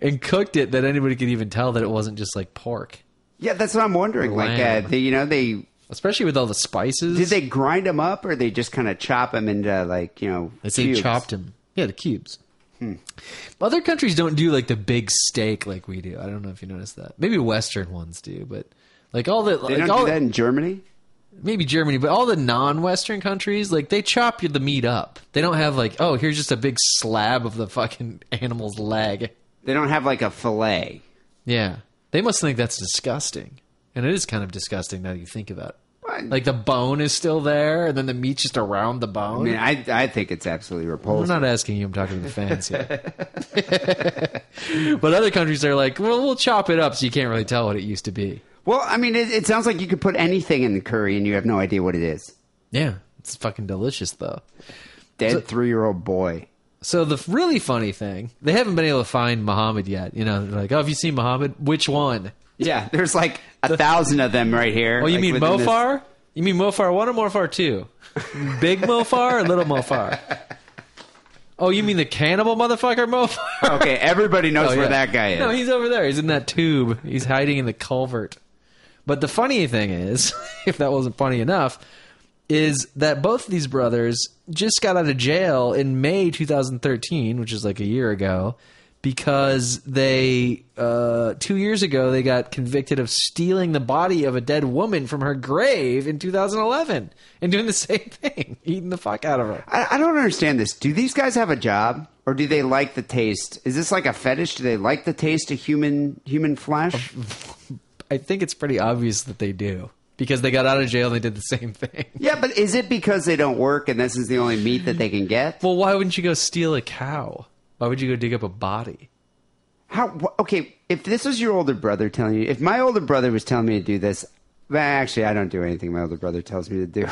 and cooked it, that anybody could even tell that it wasn't just like pork.
yeah, that's what I'm wondering. Like, uh,
Lamb.
they, you know, they
Especially with all the spices.
did they grind them up or they just kind of chop them into like you know
They say
cubes?
chopped him. Yeah, the cubes.
Hmm.
Other countries don't do like the big steak like we do. I don't know if you noticed that. Maybe Western ones do, but like all the
They
like
don't
all,
do that in Germany.
maybe Germany, but all the non-Western countries like they chop you the meat up. They don't have like oh here's just a big slab of the fucking [LAUGHS] animal's leg.
They don't have like a fillet.
Yeah, they must think that's disgusting, and it is kind of disgusting now that you think about
Well,
it. Like the bone is still there, and then the meat's just around the bone.
I mean, I I think it's absolutely
I'm
repulsive.
not asking you. I'm talking to the fans
[LAUGHS]
here. but other countries are like, well, we'll chop it up so you can't really tell what it used to be.
Well, I mean, it, it sounds like you could put anything in the curry and you have no idea what it is.
Yeah, it's fucking delicious though.
Dead three year old boy.
So the f- really funny thing, they haven't been able to find Muhammad yet. You know, they're like, oh, have you seen Muhammad? Which one?
Yeah, there's like a thousand of them right here.
Oh, you
like
mean
within this-
Mofar? You
[LAUGHS]
mean Mofar one or Mofar two? Big Mofar or little Mofar? Oh, you mean the cannibal motherfucker, Mofar?
Okay, everybody
[LAUGHS]
knows
Oh,
where
yeah.
that guy is.
No, he's over there. He's in that tube. He's hiding in the culvert. But the funny thing is, [LAUGHS] if that wasn't funny enough, is that both of these brothers just got out of jail in May 2013, which is like a year ago, because they uh, two years ago they got convicted of stealing the body of a dead woman from her grave in 2011 and doing the [LAUGHS] same thing, eating the fuck out of her.
I, I don't understand this. Do these guys have a job, or do they like the taste? Is this like a fetish? Do they like the taste of human human flesh?
[LAUGHS] I think it's pretty obvious that they do because they got out of jail and they did the same thing.
yeah, but is it because they don't work and this is the only meat that they can get?
Well, why wouldn't you go steal a cow? Why would you go dig up a body?
How? wh- Okay, if this was your older brother telling you, if my older brother was telling me to do this, well, actually, I don't do anything my older brother tells me to do.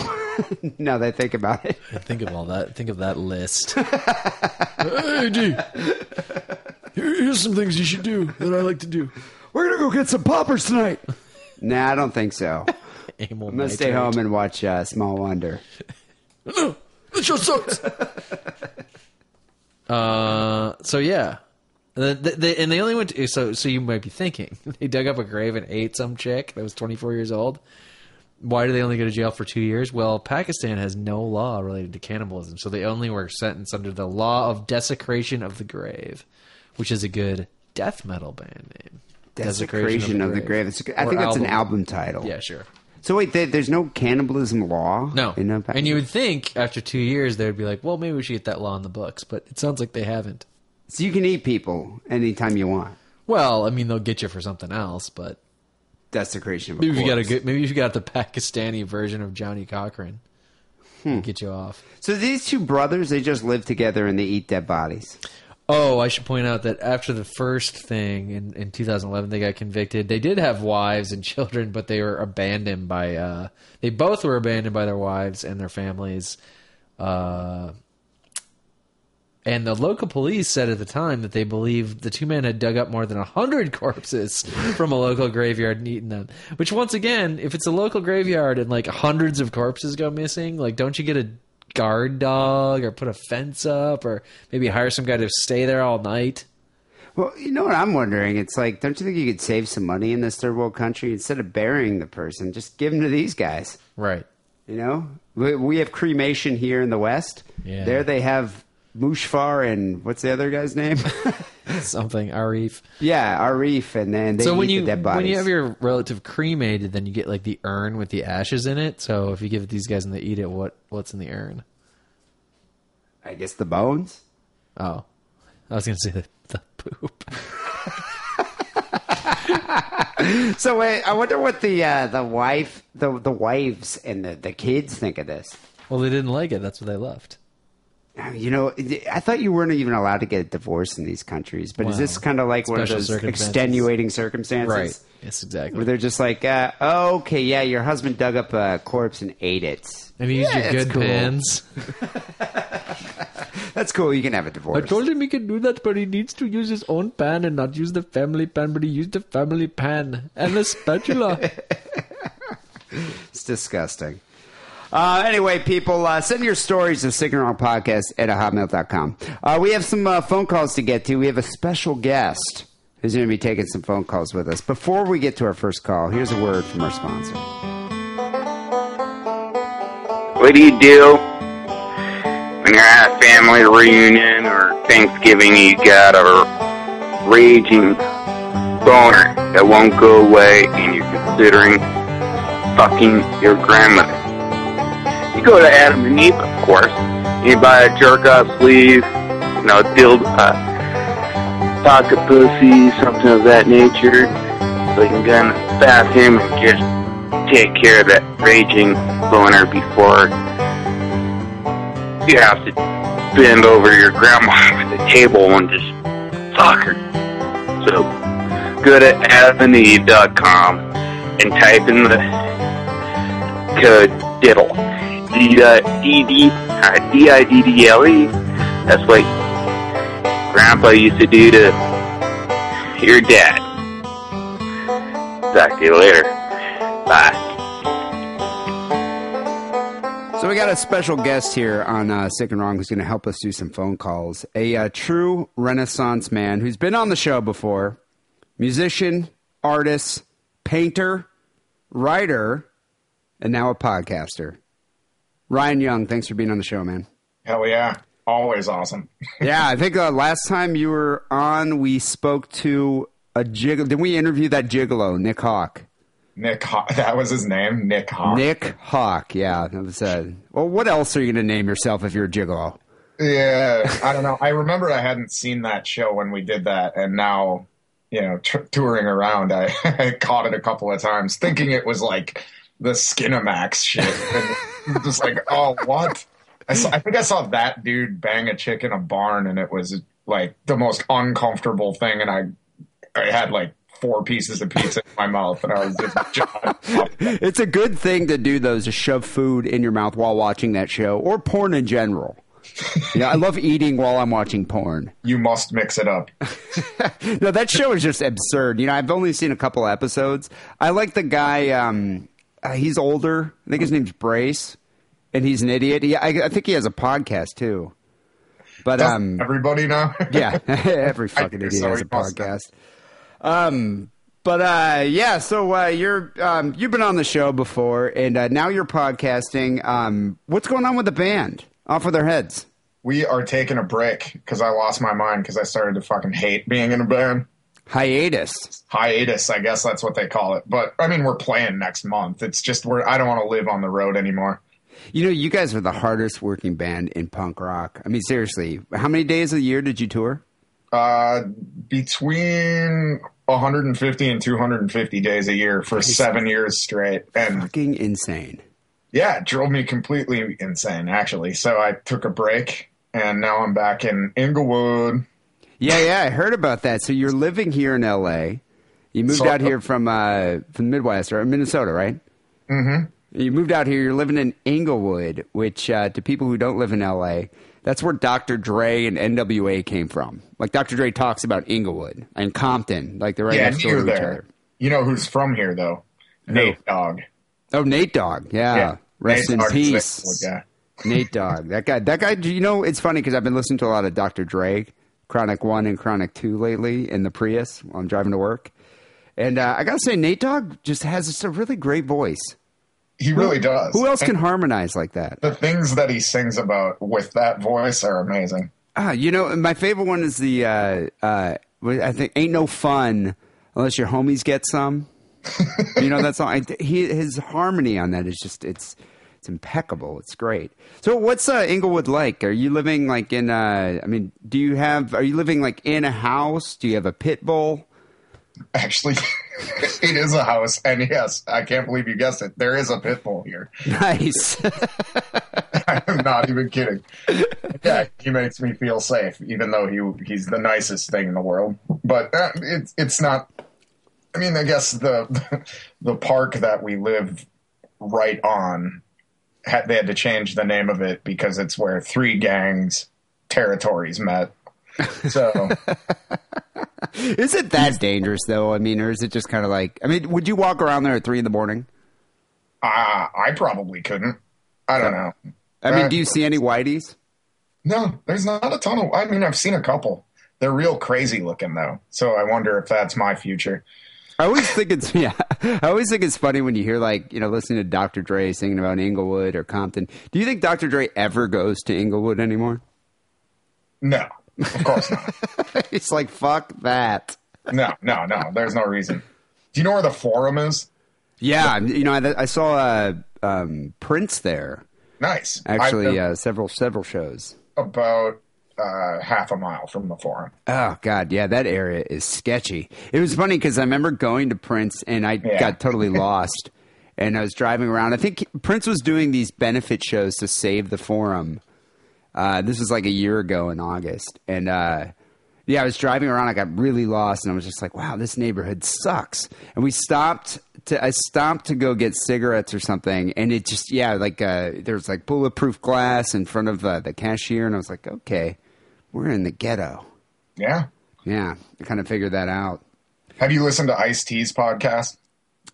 [LAUGHS] now that I think about it,
Think of all that. Think of that [LAUGHS] list. hey, D. Here, here's some things you should do that I like to do.
we're gonna go get some poppers tonight. nah, I don't think so.
Amyl
I'm gonna stay home and watch uh, Small Wonder.
The show sucks. uh, so yeah, the, the, the, and they only went. To, so so you might be thinking [LAUGHS] they dug up a grave and ate some chick that was 24 years old. Why do they only go to jail for two years? Well, Pakistan has no law related to cannibalism, so they only were sentenced under the law of desecration of the grave, which is a good death metal band name.
Desecration of the grave. It's- I
Or
think that's an album title.
Yeah, sure.
So wait, there, there's no cannibalism law?
No.
In Pakistan?
and you would think after two years they'd be like, well, maybe we should get that law in the books, but it sounds like they haven't.
so you can eat people anytime you want.
Well, I mean, they'll get you for something else, but
Desecration of a
maybe if you got a
corpse.
good, maybe if you got the [LAUGHS] Pakistani version of Johnny Cochran,
Hmm.
they'll get you off.
So these two brothers, they just live together and they eat dead bodies.
Oh, I should point out that after the first thing in, in 2011, they got convicted. They did have wives and [LAUGHS] children, but they were abandoned by. Uh, they both were abandoned by their wives and their families. Uh, and the local police said at the time that they believed the two men had dug up more than 100 [LAUGHS] corpses from a local graveyard and eaten them. Which, once again, if it's a local graveyard and like hundreds of corpses go missing, like don't you get a guard dog or put a fence up or maybe hire some guy to stay there all night?
Well, you know what I'm wondering? It's like, don't you think you could save some money in this third world country instead of burying the person? Just give them to these guys.
Right.
You know, we, we have cremation here in the West.
Yeah.
There they have Mushfar and what's the other guy's name?
[LAUGHS] Something, Arif.
yeah, Arif, and then they
so
eat
when
the
you
dead bodies.
when you have your relative cremated, then you get like the urn with the ashes in it. So if you give it these guys and they eat it, what what's in the urn?
I guess the bones.
Oh, I was gonna say the, the poop.
[LAUGHS] So wait, I wonder what the uh, the wife, the the wives, and the, the kids think of this.
Well, they didn't like it. That's why they left.
Uh, You know, I thought you weren't even allowed to get a divorce in these countries, but is this
Wow.
kind of like one of
Special
those
circumstances.
extenuating circumstances?
Yes,
Where
exactly.
they're just like, uh, oh, okay, yeah, your husband dug up a corpse and ate it.
And you use
Yeah,
your
it's
good
cool.
pants.
[LAUGHS] That's cool. You can have a divorce.
him he can do that, but he needs to use his own pan and not use the family pan. But he used the family pan and a
[LAUGHS]
spatula.
It's disgusting. Uh, anyway, people, uh, send your stories to sick and wrong podcast at hotmail.com. Uh, we have some uh, phone calls to get to. We have a special guest who's going to be taking some phone calls with us. Before we get to our first call, here's a word from our sponsor.
What do you do when you're at a family reunion or Thanksgiving and you got a raging boner that won't go away and you're considering fucking your grandmother? You go to Adam and Eve, of course. You buy a jerk off sleeve, you know, dill, uh, pocket pussy, something of that nature. So you can go in the bathroom and just take care of that raging boner before you have to bend over your grandma [LAUGHS] at the table and just fuck her. So go to adamandeve.com and type in the code diddle. D- uh, D- D- uh, D-I-D-D-L-E. E. That's what grandpa used to do to your dad. Talk to you later. Bye.
So So we got a special guest here on uh, Sick and Wrong who's going to help us do some phone calls. A uh, true Renaissance man who's been on the show before, musician, artist, painter, writer, and now a podcaster. Ryan Young, thanks for being on the show, man.
Hell yeah. Always awesome. [LAUGHS]
Yeah, I think uh, last time you were on, we spoke to a gigolo. Did we interview that gigolo, Nick Hawk?
Nick Hawk. That was his name, Nick Hawk.
Nick Hawk. Yeah, that was uh, well. What else are you going to name yourself if you're a gigolo?
Yeah. I don't know. I remember I hadn't seen that show when we did that. And now, you know, t- touring around, I, [LAUGHS] I caught it a couple of times thinking it was like the Skinamax shit. and just like, oh, what? I, saw, I think I saw that dude bang a chick in a barn, and it was like the most uncomfortable thing. And I, I had like four pieces of pizza in my mouth, and I was just [LAUGHS] jaw-
[LAUGHS] It's a good thing to do though, is to shove food in your mouth while watching that show or porn in general. yeah, I love eating while I'm watching porn.
you must mix it up.
No, that show is just absurd. You know, I've only seen a couple episodes. I like the guy. Um, uh, he's older. I think his name's Brace, and he's an idiot. He, I, I think he has a podcast too. But um,
Everybody now. [LAUGHS]
yeah, [LAUGHS] every fucking
you're
idiot
so
has a podcast.
impressive.
Um, but uh, yeah, so uh, you're um, you've been on the show before, and uh, now you're podcasting. Um, what's going on with the band? Off with their heads.
we are taking a break because I lost my mind because I started to fucking hate being in a band.
Hiatus.
Hiatus, I guess that's what they call it. But I mean, we're playing next month. It's just we're I don't want to live on the road anymore.
You know, you guys are the hardest working band in punk rock. I mean, seriously, how many days of the year did you tour?
Uh, between 150 and 250 days a year for seven years straight, and
Fucking insane.
yeah, it drove me completely insane actually. So I took a break, and now I'm back in Inglewood.
Yeah, yeah, I heard about that. So you're living here in L.A. You moved
So-
out here from uh, from the Midwest or Minnesota, right? Mm-hmm. You moved out here. You're living in Inglewood, which uh, to people who don't live in L.A., that's where Dr. Dre and N.W.A. came from. Like Dr. Dre talks about Inglewood and Compton, like they're right
yeah,
next door to
near
each
there.
other.
You know who's from here though? Nate Dogg.
Oh, Nate Dogg, yeah, rest
Nate
in
Dogg is
peace.
an Inglewood guy.
Nate Dogg. That guy. That guy. You know, it's funny because I've been listening to a lot of Dr. Dre, Chronic One and Chronic Two lately in the Prius while I'm driving to work, and uh, I gotta say, Nate Dogg just has just a really great voice.
He really does.
Who else can harmonize like that?
the things that he sings about with that voice are amazing.
Ah, you know, my favorite one is the uh, uh, I think "Ain't No Fun Unless Your Homies Get Some." you know that song. I, he, his harmony on that is just it's it's impeccable. It's great. So, what's uh, Inglewood like? Are you living like in? Uh, I mean, do you have? Are you living like in a house? Do you have a pit bull?
Actually, [LAUGHS] it is a house, and yes, I can't believe you guessed it. There is a pit bull here.
Nice.
[LAUGHS] I'm not even kidding. Yeah, he makes me feel safe, even though he he's the nicest thing in the world. But uh, it's it's not. I mean, I guess the [LAUGHS] the park that we live right on had, they had to change the name of it because it's where three gangs territories met. So.
[LAUGHS] is it that dangerous though? I mean, or is it just kind of like? I mean, would you walk around there at three in the morning?
Uh, I probably couldn't. I don't know.
I mean,
Uh,
do you see any whiteys?
No, there's not a ton of. I mean, I've seen a couple. They're real crazy looking though, so I wonder if that's my future.
I always think it's [LAUGHS] yeah. I always think it's funny when you hear like you know listening to Dr. Dre singing about Inglewood or Compton. Do you think Dr. Dre ever goes to Inglewood anymore?
No, of course not.
[LAUGHS] It's like fuck that.
No, no, no. There's no reason. Do you know where the forum is?
Yeah, you know I, I saw uh, um, Prince there
Nice. I've
actually
been
uh, several several shows.
about uh, half a mile from the forum.
Oh God, yeah, that area is sketchy. It was funny because I remember going to Prince and I
Yeah.
got totally lost, and I was driving around. I think Prince was doing these benefit shows to save the Forum. Uh, this was like a year ago in August, and uh, yeah, I was driving around. I got really lost, and I was just like, "Wow, this neighborhood sucks." And we stopped to I stopped to go get cigarettes or something, and it just yeah, like uh, there was like bulletproof glass in front of uh, the cashier, and I was like, "Okay, we're in the ghetto."
Yeah.
Yeah, I kind of figured that out.
Have you listened to Ice T's podcast?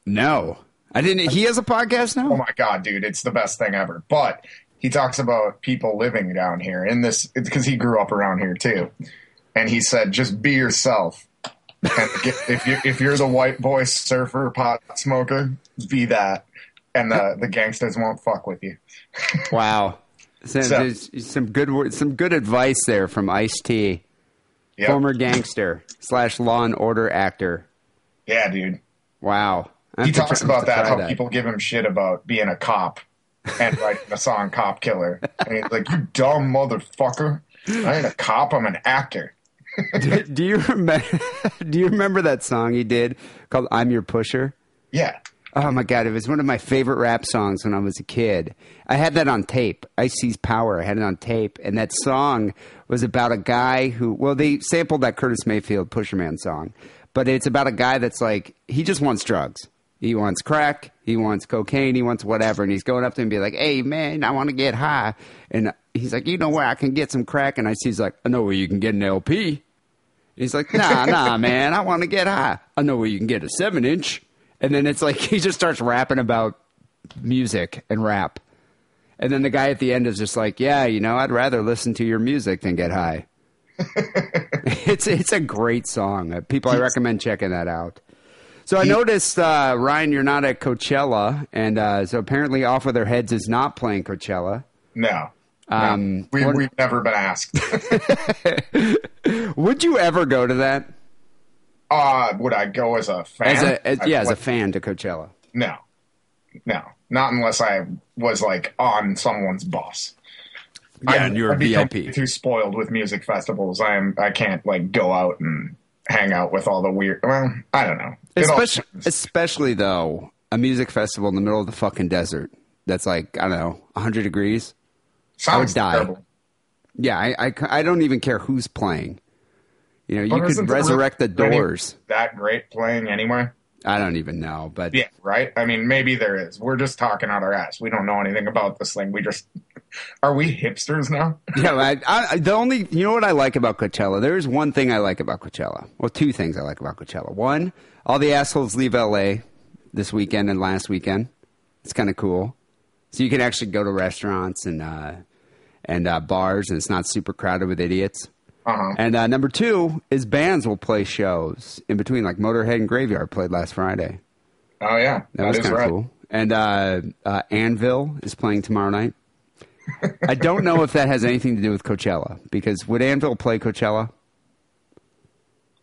No, I didn't. He has a podcast
Oh
now.
my god, dude, it's the best thing ever. But he talks about people living down here in this because he grew up around here too, and he said, "Just be yourself." And [LAUGHS] get, if you if you're the white boy surfer pot smoker, be that, and the the gangsters won't fuck with you.
Wow. So,
So-
there's [LAUGHS] some good wor- some good advice there from Ice T,
Yep.
former gangster slash Law and Order actor.
yeah, dude.
Wow. I
He
have to
talks
try- I have
about
to
that
try
how people give him shit about being a cop and writing the song "Cop Killer," and he's like, "You dumb motherfucker! I ain't a cop. I'm an actor."
do, [LAUGHS] do you remember? [LAUGHS] Do you remember that song he did called "I'm Your Pusher"?
Yeah,
Oh my god, it was one of my favorite rap songs when I was a kid. I had that on tape. I Seize Power. I had it on tape, and that song was about a guy who. Well, they sampled that Curtis Mayfield Pusher Man song, but it's about a guy that's like he just wants drugs. He wants crack. He wants cocaine. He wants whatever, and he's going up to him and be like, "Hey man, I want to get high," and he's like, "You know where I can get some crack?" And I Ice's like, "I know where you can get an LP." He's like, nah,
[LAUGHS]
nah, man, I want to get high. I know where you can get a seven inch. And then it's like [LAUGHS] he just starts rapping about music and rap. And then the guy at the end is just like, yeah, you know, I'd rather listen to your music than get
[LAUGHS]
high. it's it's a great song. Uh, People, I recommend checking that out. So I noticed, uh, Ryan, you're not at Coachella, and uh, so apparently, off with their heads is not playing Coachella.
no. No.
Um,
we,
what-
we've never been asked.
Would you ever go to that
Uh, would I go as a fan?
as a as,
I-
yeah as a
like,
fan to Coachella?
No, no, not unless I was like on someone's boss.
Yeah, and you're a
I've become
VIP.
Too spoiled with music festivals. I am. I can't like go out and hang out with all the weird. Well, I don't know. It all-
especially, especially though a music festival in the middle of the fucking desert that's like i don't know 100 degrees
sounds
would die.
terrible.
yeah i, I, I don't even care who's playing you know you
But
could
Oh, isn't there
resurrect the
really
doors
That great playing anyway.
i don't even know but
Yeah, right. I mean, maybe there is. We're just talking out our ass. We don't know anything about this thing. We just [LAUGHS] are we hipsters now?
yeah, I, I, the only you know what I like about Coachella. There is one thing I like about Coachella. Well, two things I like about Coachella. One, all the assholes leave LA this weekend and last weekend. It's kind of cool. So you can actually go to restaurants and uh, and uh, bars, and it's not super crowded with idiots.
Uh-huh.
And uh, number two is bands will play shows in between, like Motorhead and Graveyard played last Friday.
Oh yeah,
That was kind of cool. And uh, uh, Anvil is playing tomorrow night. I don't know if that has anything to do with Coachella because would Anvil play Coachella?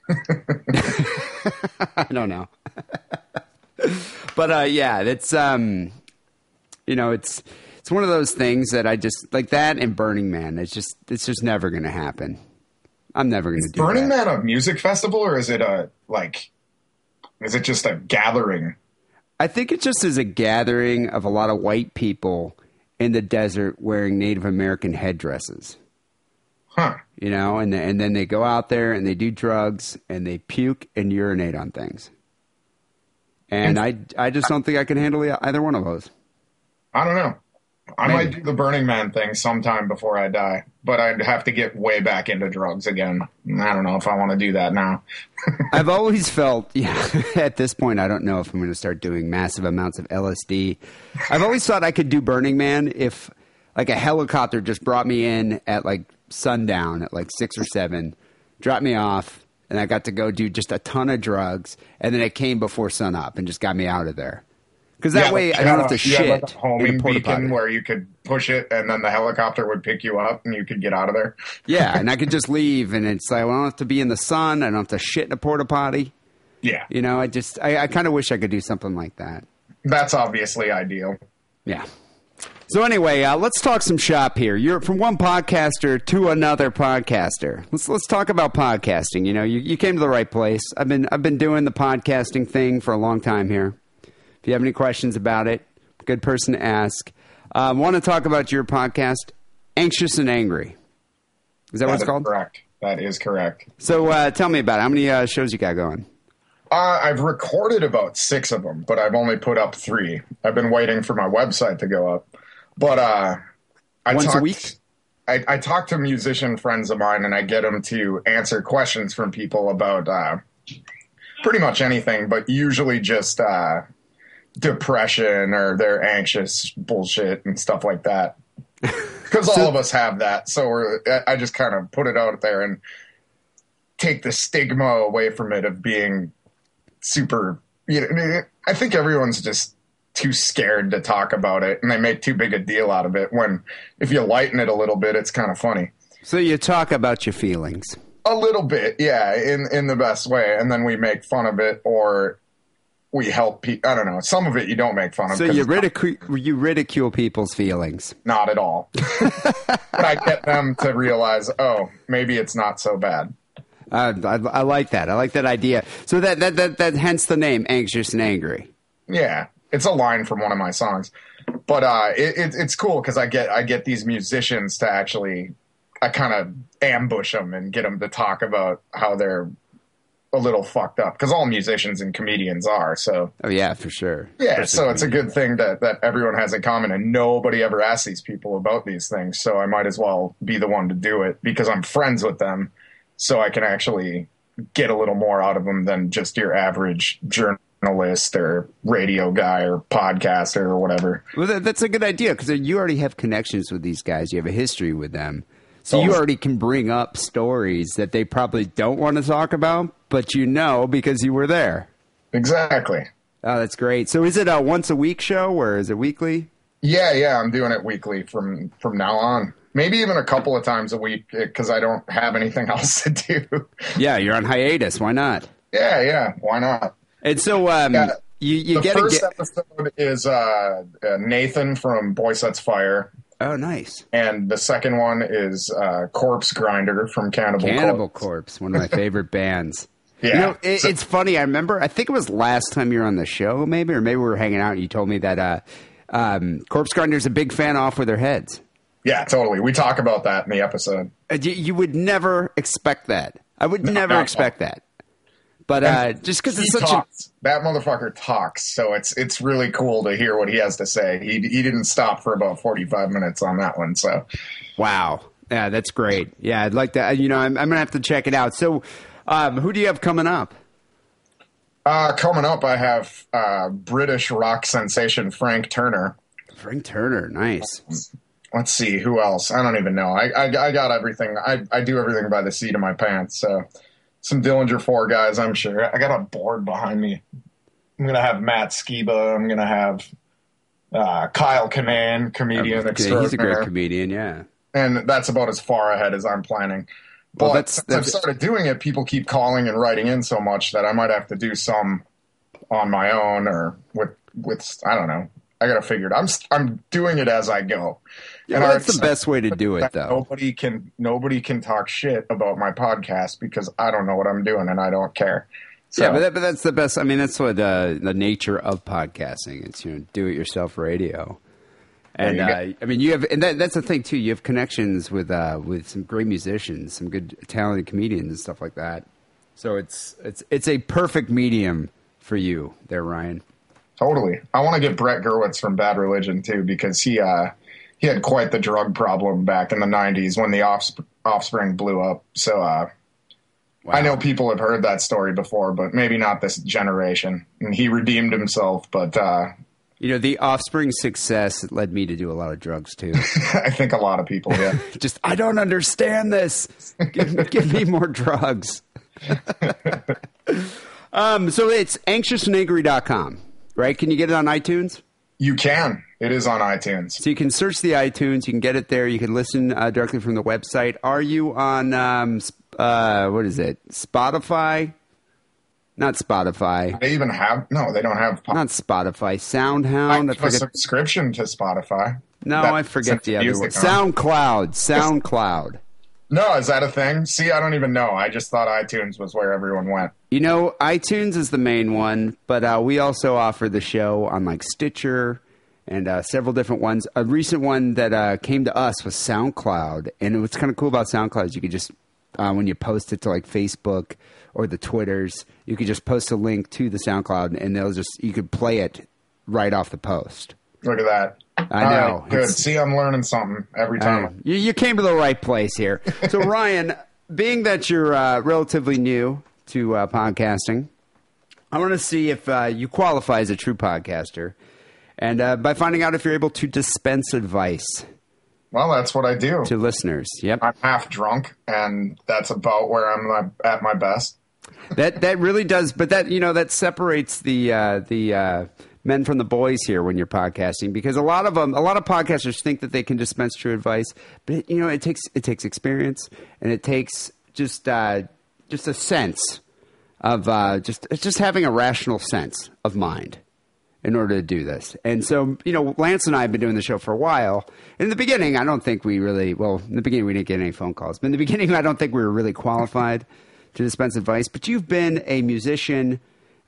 [LAUGHS] I don't know. [LAUGHS] but uh, yeah, it's um, you know, it's it's one of those things that I just like that and Burning Man. It's just it's just never going to happen. I'm never going to do
Burning
that.
Man a music festival or is it a like is it just a gathering?
I think it just is a gathering of a lot of white people in the desert wearing Native American headdresses.
Huh.
You know, and and then they go out there and they do drugs and they puke and urinate on things. And I I just don't think I can handle either one of those.
I don't know. I
Maybe.
might do the Burning Man thing sometime before I die, but I'd have to get way back into drugs again. I don't know if I want to do that now.
I've always felt, [LAUGHS] yeah, at this point, I don't know if I'm going to start doing massive amounts of LSD. I've always thought I could do Burning Man if, like, a helicopter just brought me in at, like, sundown at, like, six or seven, dropped me off, and I got to go do just a ton of drugs, and then it came before sunup and just got me out of there. Because that
Yeah,
way
like,
I
you
don't
had
have to
a- you had,
shit.
like a
in
homing
a porta
beacon
potty.
where you could push it, and then the helicopter would pick you up, and you could get out of there.
yeah, and I could just leave, and it's like, well, I don't have to be in the sun, I don't have to shit in a porta potty.
Yeah,
You know, I just, I, I kind of wish I could do something like that.
that's obviously ideal.
Yeah. So anyway, uh, let's talk some shop here. You're from one podcaster to another podcaster. Let's let's talk about podcasting. You know, you, you came to the right place. I've been I've been doing the podcasting thing for a long time here. If you have any questions about it, good person to ask. Um, Want to talk about your podcast, Anxious and Angry? Is that what
That's
it's called?
correct. That is correct.
So uh, tell me about it. How many uh, shows you got going?
Uh, I've recorded about six of them, but I've only put up three. I've been waiting for my website to go up. But uh, I
Once a
talked,
week?
I, I talk to musician friends of mine, and I get them to answer questions from people about uh, pretty much anything, but usually just
[LAUGHS]
uh, depression or their anxious bullshit and stuff like that. because all of us have that. So we're, I I just kind of put it out there and take the stigma away from it of being super. You know, I mean, I think everyone's just too scared to talk about it, and they make too big a deal out of it. When if you lighten it a little bit, it's kind of funny.
So you talk about your feelings.
A little bit, yeah, in in the best way, and then we make fun of it or. We help people. I don't know. Some of it you don't make fun of.
So
'cause
you
it's not-
ridicule you ridicule people's feelings.
not
[LAUGHS]
at all. but I get them to realize, oh, maybe it's not so bad.
Uh, I, I like that. I like that idea. So that that that, that hence the name anxious and angry.
Yeah, it's a line from one of my songs, but uh, it, it, it's cool because I get I get these musicians to actually, I kind of ambush them and get them to talk about how they're a little fucked up because all musicians and comedians are. So
Oh yeah, for sure.
yeah,
Especially
so it's a
comedians.
good thing that that everyone has in common and nobody ever asks these people about these things. So I might as well be the one to do it because I'm friends with them, so I can actually get a little more out of them than just your average journalist or radio guy or podcaster or whatever.
Well, that, that's a good idea because you already have connections with these guys. You have a history with them, so you
Oh.
already can bring up stories that they probably don't want to talk about, but you know because you were there.
Exactly.
Oh, that's great. So is it a once a week show or is it weekly?
Yeah, yeah, I'm doing it weekly from from now on. Maybe even a couple of times a week because I don't have anything [LAUGHS] else to do.
Yeah, you're on hiatus. Why not?
yeah, yeah, why not?
And so um,
Yeah.
you you
the
get a
first
get.
episode is uh, uh, Nathan from Boy Sets Fire,
Oh, nice.
and the second one is uh, Corpse Grinder from Cannibal.
Cannibal
Corpse.
Corpse, one of [LAUGHS] my favorite bands.
Yeah.
You know, it,
So-
it's funny. I remember. I think it was last time you were on the show, maybe, or maybe we were hanging out, and you told me that uh, um, Corpse Grinder's a big fan off with their heads.
yeah, totally. We [LAUGHS] talk about that in the episode.
Uh, You, you would never expect that. I would never
no.
expect that. But uh, just because
He
it's such a
talks. that motherfucker talks, so it's it's really cool to hear what he has to say. He he didn't stop for about forty five minutes on that one, so
wow, yeah, that's great. Yeah, I'd like that. You know, I'm, I'm gonna have to check it out. So, um, who do you have coming up?
Uh, coming up, I have uh, British rock sensation Frank Turner. Um,
Frank Turner, nice.
Let's see who else. I don't even know. I I, I got everything. I, I do everything by the seat of my pants. So some Dillinger Four guys, I'm sure. I got a board behind me. I'm gonna have Matt Skiba. I'm gonna have uh, Kyle Kanan, comedian
Okay, he's a
extraordinaire.
great comedian. Yeah.
and that's about as far ahead as I'm planning. But
Well, that's-
since
that's-
I've started doing it, people keep calling and writing in so much that I might have to do some on my own or with with I don't know. I gotta figure it. I'm s- I'm doing it as I go.
Yeah,
And
well,
I-
that's the best way to do it, though.
Nobody can nobody can talk shit about my podcast because I don't know what I'm doing and I don't care. So,
Yeah, but, that, but that's the best. I mean, that's what uh, the nature of podcasting. It's you know, do it yourself radio, and
There
uh,
you
I mean, you have, and that, that's the thing too. You have connections with uh, with some great musicians, some good talented comedians, and stuff like that. So it's it's it's a perfect medium for you there, Ryan.
Totally. I want to get Brett Gerwitz from Bad Religion too because he uh, he had quite the drug problem back in the '90s when the offsp- offspring blew up. So uh, I know people have heard that story before, but maybe not this generation. And he redeemed himself, but uh,
You know, the offspring success led me to do a lot of drugs too.
[LAUGHS] I think a lot of people. Yeah.
[LAUGHS] Just I don't understand this. Give, give me more
[LAUGHS]
drugs. um, so it's anxiousandangry.com, right? Can you get it on iTunes?
you can. It is on iTunes.
So you can search the iTunes, you can get it there, you can listen uh, directly from the website. Are you on um, sp- uh, what is it? Spotify? Not Spotify.
They even have no. They don't have. po-
Not Spotify.
I
SoundHound. I
have a
forget.
subscription to Spotify.
No,
That
I forget
sends
the other
music
one.
on.
SoundCloud. SoundCloud.
No, is that a thing? See, I don't even know. I just thought iTunes was where everyone went.
You know, iTunes is the main one, but uh, we also offer the show on like Stitcher and uh, several different ones. A recent one that uh, came to us was SoundCloud, and what's kind of cool about SoundCloud is you could just uh, when you post it to like Facebook or the Twitters, you could just post a link to the SoundCloud, and they'll just you could play it right off the post.
Look at that.
I
All
know.
right, good.
It's-
See, I'm learning something every
Uh,
time.
you, you came to the right place here. So, Ryan, being that you're uh, relatively new to uh, podcasting, I want to see if uh, you qualify as a true podcaster, and uh, by finding out if you're able to dispense advice.
Well, that's what I do.
to listeners. Yep.
I'm half drunk, and that's about where I'm uh, at my best.
that that really does but that you know that separates the uh the uh men from the boys here when you're podcasting because a lot of them a lot of podcasters think that they can dispense true advice but you know it takes it takes experience and it takes just uh just a sense of uh just it's just having a rational sense of mind in order to do this. And so, you know, Lance and I have been doing the show for a while. In the beginning, I don't think we really, well, in the beginning, we didn't get any phone calls. But in the [LAUGHS] beginning, I don't think we were really qualified to dispense advice. But you've been a musician,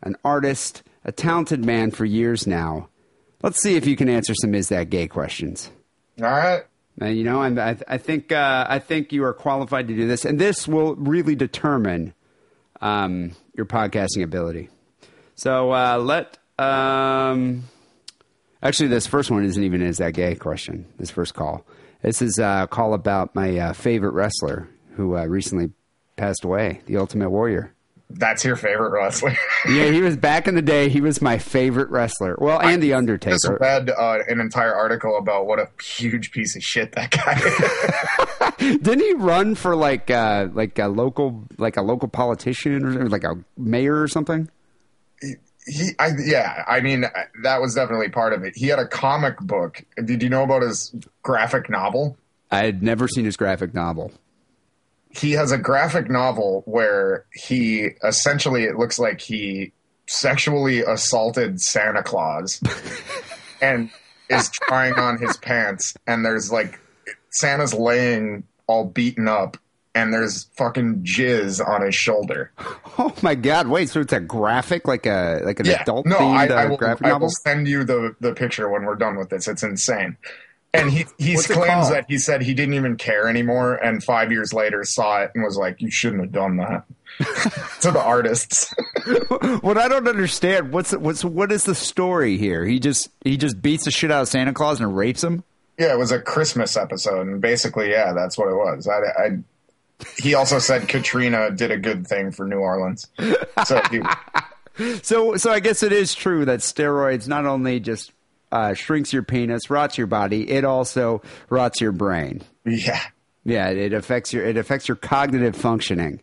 an artist, a talented man for years now. Let's see if you can answer some Is That Gay questions.
All right.
Uh, you know, I'm, I, I think uh, I think you are qualified to do this, and this will really determine um, your podcasting ability. So uh, let um, actually, this first one isn't even is that gay question. This first call, this is a call about my uh, favorite wrestler who uh, recently passed away, the Ultimate Warrior.
That's your favorite wrestler. [LAUGHS]
Yeah, he was back in the day. He was my favorite wrestler. Well, and the Undertaker. [LAUGHS]
just read uh, an entire article about what a huge piece of shit that guy is.
Didn't he run for like uh, like a local like a local politician or or like a mayor or something?
he, I, yeah, I mean, I- that was definitely part of it. He had a comic book. Did you know about his graphic novel?
I had never seen his graphic novel.
He has a graphic novel where he essentially, it looks like he sexually assaulted
[LAUGHS]
Santa Claus and is trying on his pants. And there's like, Santa's laying all beaten up and there's fucking jizz on his shoulder.
Oh my god! Wait, so it's a graphic like a like an adult
no,
themed uh,
I, I will,
graphic
I
novel.
will send you the, the picture when we're done with this. It's insane. And he, he
What's it
claims
called?
that he said he didn't even care anymore, and five years later saw it and was like, "You shouldn't have done that." to the artists, [LAUGHS]
What I don't understand what's what's what is the story here? He just he just beats the shit out of Santa Claus and rapes him.
yeah, it was a Christmas episode, and basically, yeah, that's what it was. I, I- he also said Katrina did a good thing for New Orleans, so he,
[LAUGHS] So so I guess it is true that steroids not only just uh, shrinks your penis, rots your body, it also rots your brain.
yeah,
Yeah, it affects your it affects your cognitive functioning.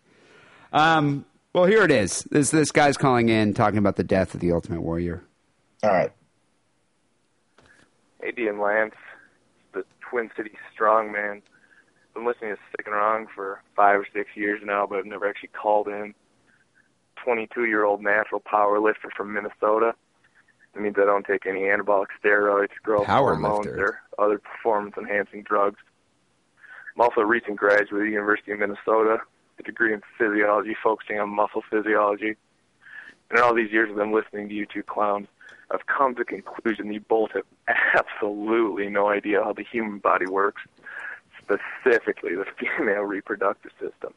Um, well, here it is. This this guy's calling in talking about the death of the Ultimate Warrior.
all right.
Hey, Dean Lance, the Twin Cities Strongman. Been listening to Sick and Wrong for five or six years now, but I've never actually called in. 22-year-old natural power lifter from Minnesota. It means I don't take any anabolic steroids, growth
Power
hormones,
lifter.
or other performance-enhancing drugs. I'm also a recent graduate of the University of Minnesota, a degree in physiology focusing on muscle physiology. And in all these years of them listening to you two clowns, I've come to the conclusion that you both have [LAUGHS] absolutely no idea how the human body works, specifically the [LAUGHS] female reproductive system.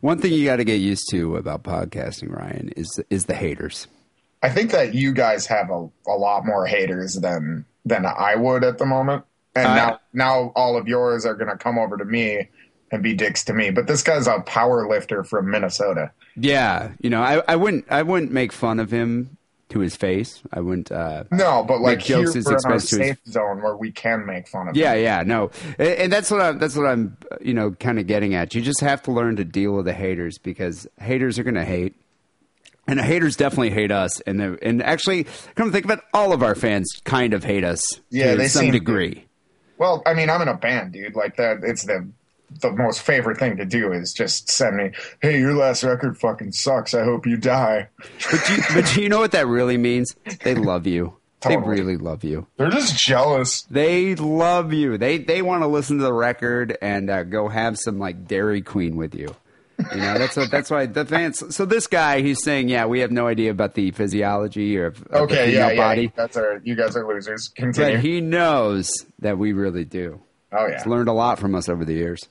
One thing you got to get used to about podcasting, Ryan, is is the haters.
I think that you guys have a, a lot more haters than than I would at the moment. And
Uh,
now now all of yours are gonna come over to me and be dicks to me. But this guy's a power lifter from Minnesota.
Uh, Yeah, you know, I, I wouldn't I wouldn't make fun of him to his face. I wouldn't. Uh,
No, but like
Make
here
jokes
we're
is
in our
expensive to his-
safe zone where we can make fun of
yeah,
him.
yeah, no, and, and that's what I'm that's what I'm you know kind of getting at. You just have to learn to deal with the haters because haters are going to hate. And the haters definitely hate us, and they're- and actually, come to think of it, all of our fans kind of hate us
Yeah,
to
they
some
seem to.
degree.
Well, I mean, I'm in a band, dude. Like that it's the the most favorite thing to do is just send me, Hey, your last record fucking sucks. I hope you die.
But you, but you know what that really means? They love you. They
Totally.
really love you.
They're just jealous.
They love you. They they want to listen to the record and uh, go have some like Dairy Queen with you. You know that's what, that's why the fans. So this guy, he's saying, yeah, we have no idea about the physiology or of, of the
Okay, yeah,
female
yeah.
body,
You guys are you guys are losers. Continue.
but he knows that we really do.
oh yeah.
He's learned a lot from us over the years.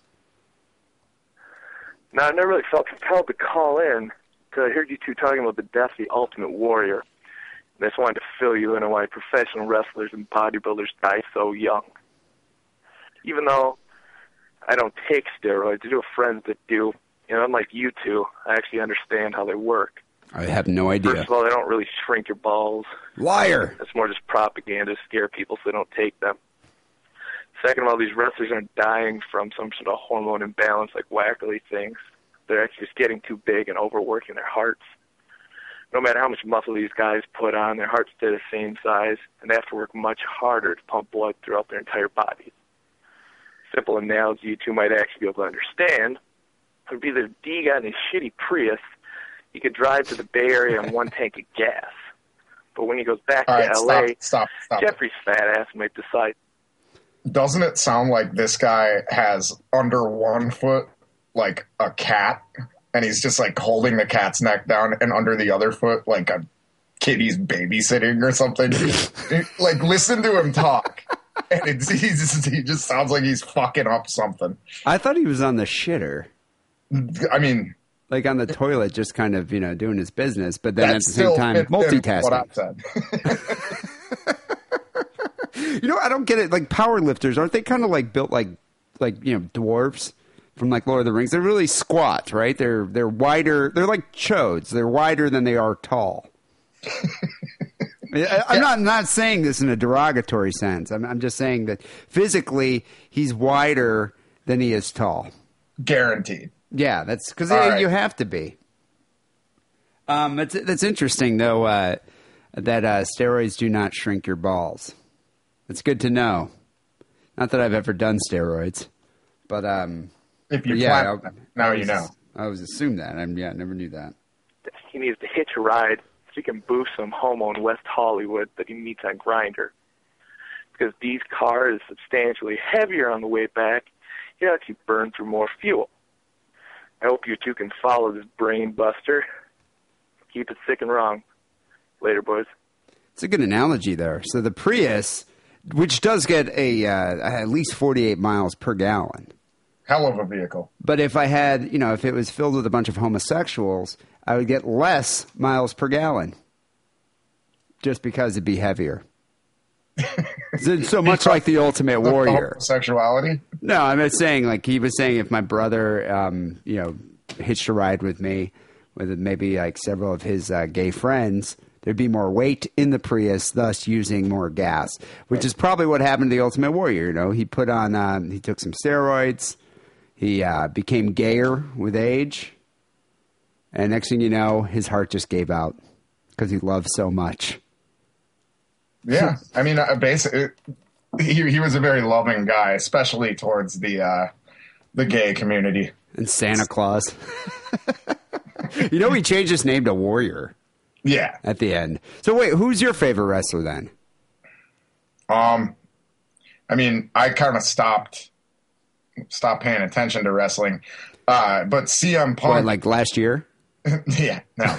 Now, I never really felt compelled to call in because I heard you two talking about the death of the ultimate warrior. And I just wanted to fill you in on why professional wrestlers and bodybuilders die so young. Even though I don't take steroids, I do have friends that do. And unlike you two, I actually understand how they work.
I have no
First
idea.
of all, they don't really shrink your balls.
Liar.
It's more just propaganda to scare people so they don't take them. Second of all, these wrestlers aren't dying from some sort of hormone imbalance like Wackerly thinks. They're actually just getting too big and overworking their hearts. No matter how much muscle these guys put on, their hearts stay the same size, and they have to work much harder to pump blood throughout their entire bodies. Simple analogy you two might actually be able to understand would be that if D got in his shitty Prius, he could drive to the Bay Area on one tank of gas. But when he goes back
All
to
right,
LA,
stop, stop, stop.
Jeffrey's fat ass might decide
Doesn't it sound like this guy has under one foot like a cat, and he's just like holding the cat's neck down, and under the other foot like a kitty's babysitting or something?
[LAUGHS]
like, listen to him talk, [LAUGHS] and it's, he's just, he just sounds like he's fucking up something.
I thought he was on the shitter,
I mean,
like on the toilet, just kind of you know doing his business, but then
that's
at the same
still
time
fits in with What I
multitasking.
said.
You know, I don't get it. Like power lifters, aren't they kind of like built like like you know dwarves from like Lord of the Rings? They're really squat, right? They're they're wider. They're like chodes. They're wider than they are tall. I- I'm not not saying this in a derogatory sense. I'm I'm just saying that physically he's wider than he is tall.
Guaranteed.
Yeah, that's because
All right.
you have to be. Um, that's that's interesting though. Uh, that uh, steroids do not shrink your balls. It's good to know. Not that I've ever done steroids, but um,
If you
but yeah,
plan,
I-
now
I
you
was-
know.
I always assumed that. I'm yeah, I never knew that.
that he needs to hitch a ride so he can boost some homo in West Hollywood that he meets on Grinder. Because Dee's car is substantially heavier on the way back, he actually burned through more fuel. I hope you two can follow this brain buster. Keep it sick and wrong. Later, boys.
It's a good analogy there. So the Prius, which does get a uh, at least 48 miles per gallon,
Hell of a vehicle.
But if I had, you know, if it was filled with a bunch of homosexuals, I would get less miles per gallon just because it'd be heavier. so so much like the Ultimate Warrior.
Sexuality.
No, I'm not saying like he was saying if my brother, um, you know, hitched a ride with me with maybe like several of his uh, gay friends, there'd be more weight in the Prius, thus using more gas, which is probably what happened to the Ultimate Warrior. You know, he put on, um, he took some steroids, he uh, became gayer with age, and next thing you know, his heart just gave out because he loved so much. [LAUGHS]
Yeah, I mean, uh, basically, he he was a very loving guy, especially towards the uh, the gay community.
And Santa Claus. [LAUGHS] you know, he changed his name to Warrior.
Yeah.
at the end. So wait, who's your favorite wrestler then?
Um, I mean, I kind of stopped stopped paying attention to wrestling, uh, but CM Punk.
What, like last year?
[LAUGHS] yeah, no.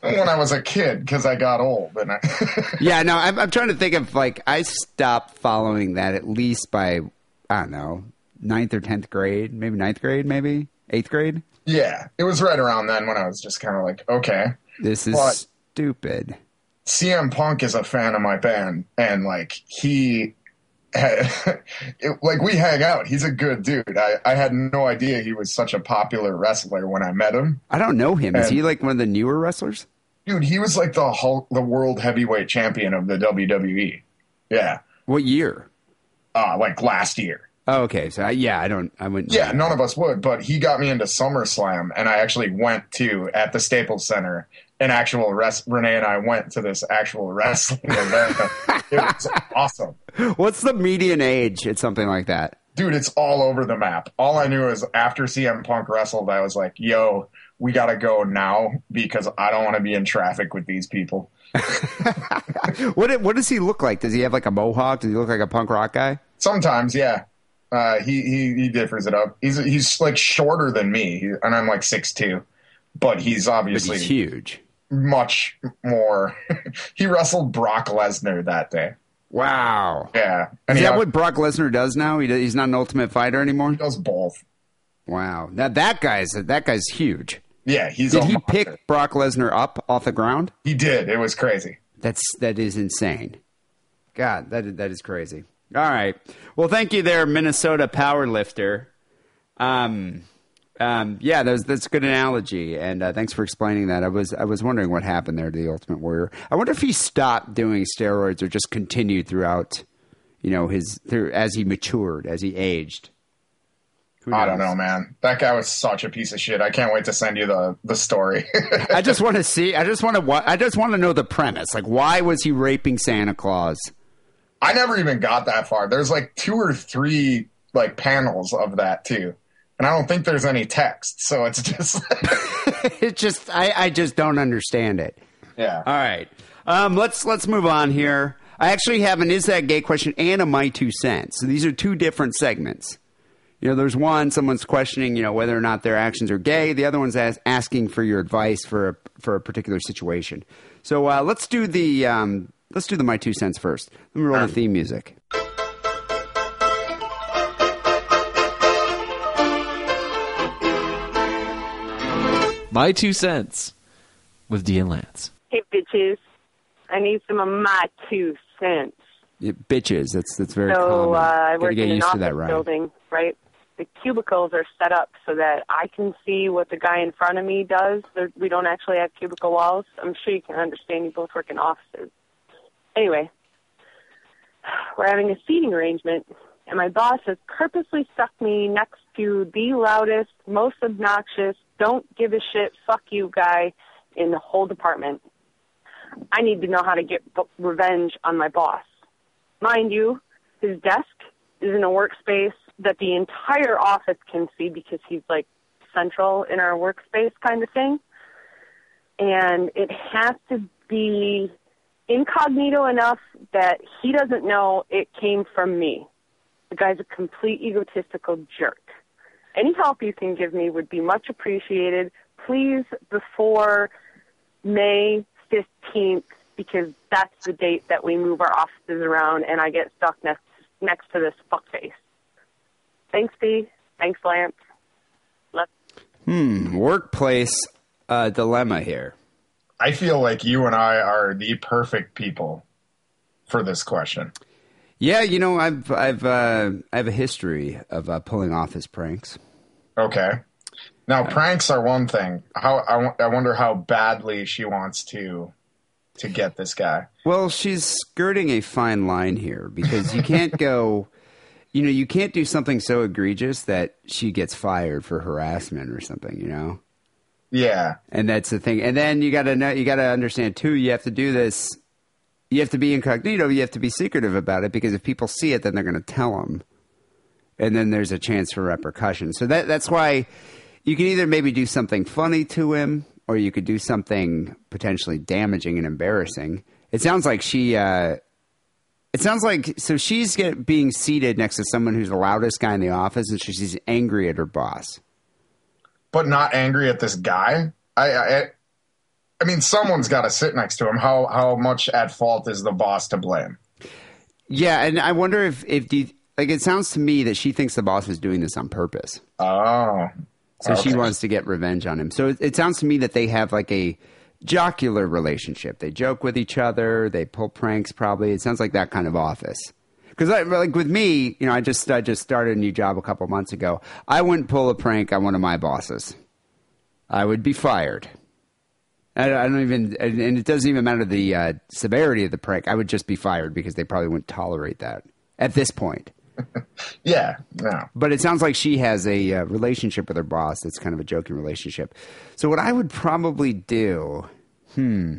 when I was a kid, because I got old, and I,
[LAUGHS] Yeah, no, I'm, I'm trying to think of like I stopped following that at least by I don't know ninth or tenth grade, maybe ninth grade, maybe eighth grade.
[LAUGHS] yeah, it was right around then when I was just kind of like, okay,
This is
What?
stupid.
CM Punk is a fan of my band, and like he, [LAUGHS] it, like we hang out. He's a good dude. I, I had no idea he was such a popular wrestler when I met him.
I don't know him. Is
And-
he like one of the newer wrestlers?
Dude, he was like the Hulk, the world heavyweight champion of the WWE. Yeah,
What year?
uh, like last year.
Oh, okay. So I, yeah, I don't. I wouldn't. know
Yeah,
that.
none of us would, but he got me into SummerSlam, and I actually went to at the Staples Center. An actual rest. Renee and I went to this actual wrestling event. it was awesome.
[LAUGHS] What's the median age at something like that?
dude, it's all over the map. All I knew is after CM Punk wrestled, I was like, yo, we got to go now because I don't want to be in traffic with these people.
[LAUGHS] What What does he look like? Does he have like a mohawk? Does he look like a punk rock guy?
Sometimes, yeah. Uh, he, he he differs it up. He's he's like shorter than me, he- and I'm like six two, but he's
But
obviously
he's huge.
much more. [LAUGHS] he wrestled Brock Lesnar that day.
Wow.
Yeah, and
Is
he
that
out-
what Brock Lesnar does now? He, he's not an Ultimate Fighter anymore.
does both.
Wow. Now that guy's that guy's huge.
Yeah, he's
Did
a
he
monster.
pick Brock Lesnar up off the ground?
He did. It was crazy.
That's that is insane. God, that is- that is crazy. All right. Well, thank you there, Minnesota power lifter. Um, um, yeah, that's that's a good analogy, and uh, thanks for explaining that. I was I was wondering what happened there to the Ultimate Warrior. I wonder if he stopped doing steroids or just continued throughout, you know his through as he matured, as he aged. Who
I don't
knows?
know, man. That guy was such a piece of shit. I can't wait to send you the the story. [LAUGHS]
I just want to see. I just want to. wa- I just want to know the premise. Like, why was he raping Santa Claus?
I never even got that far. There's like two or three like panels of that too. And I don't think there's any text, so it's [LAUGHS] just
it just. I. I just don't understand it.
yeah.
All right. Um, let's let's move on here. I actually have an is that gay question and a my two cents. So these are two different segments. You know, there's one someone's questioning, you know, whether or not their actions are gay. The other one's as- asking for your advice for a, for a particular situation. So uh, let's do the um, let's do the my two cents first. Let me roll the theme music.
My two cents with D and Lance.
Hey, bitches. I need some of my two cents.
Yeah, bitches, that's that's very
so
common.
uh, I
Gotta
work
get
in an
used to
office
that, Ryan.
building, right? The cubicles are set up so that I can see what the guy in front of me does. There, we don't actually have cubicle walls. I'm sure you can understand. You both work in offices. Anyway, we're having a seating arrangement, and my boss has purposely stuck me next to the loudest, most obnoxious, don't give a shit, fuck you guy in the whole department. I need to know how to get b- revenge on my boss. Mind you, his desk is in a workspace that the entire office can see because he's like central in our workspace kind of thing. And it has to be incognito enough that he doesn't know it came from me. The guy's a complete egotistical jerk. Any help you can give me would be much appreciated. Please, before May 15th because that's the date that we move our offices around and I get stuck next next to this fuckface. Thanks, B. Thanks, Lance. Love.
Hmm. Workplace uh, dilemma here.
I feel like you and I are the perfect people for this question.
Yeah, you know, I've I've uh, I have a history of uh, pulling office pranks.
Okay. Now pranks are one thing. How I, w- I wonder how badly she wants to to get this guy.
Well, she's skirting a fine line here because you can't go, you know, you can't do something so egregious that she gets fired for harassment or something, you know.
Yeah.
And that's the thing. And then you got to know, you got to understand too. You have to do this. You have to be incognito. You have to be secretive about it because if people see it, then they're going to tell them, and then there's a chance for repercussions. So that that's why you can either maybe do something funny to him, or you could do something potentially damaging and embarrassing. It sounds like she. Uh, it sounds like so she's get, being seated next to someone who's the loudest guy in the office, and she- she's angry at her boss.
But not angry at this guy? I I I mean someone's got to sit next to him. How how much at fault is the boss to blame?
Yeah, and I wonder if if do you, like it sounds to me that she thinks the boss is doing this on purpose,
Oh.
so she
Okay.
wants to get revenge on him. So it, it sounds to me that they have like a jocular relationship. They joke with each other, they pull pranks. Probably it sounds like that kind of office. Because like with me, you know, I just I just started a new job a couple months ago. I wouldn't pull a prank on one of my bosses. I would be fired. I, I don't even, and and it doesn't even matter the uh, severity of the prank. I would just be fired because they probably wouldn't tolerate that at this point.
Yeah. No.
But it sounds like she has a uh, relationship with her boss that's kind of a joking relationship. So what I would probably do, hmm,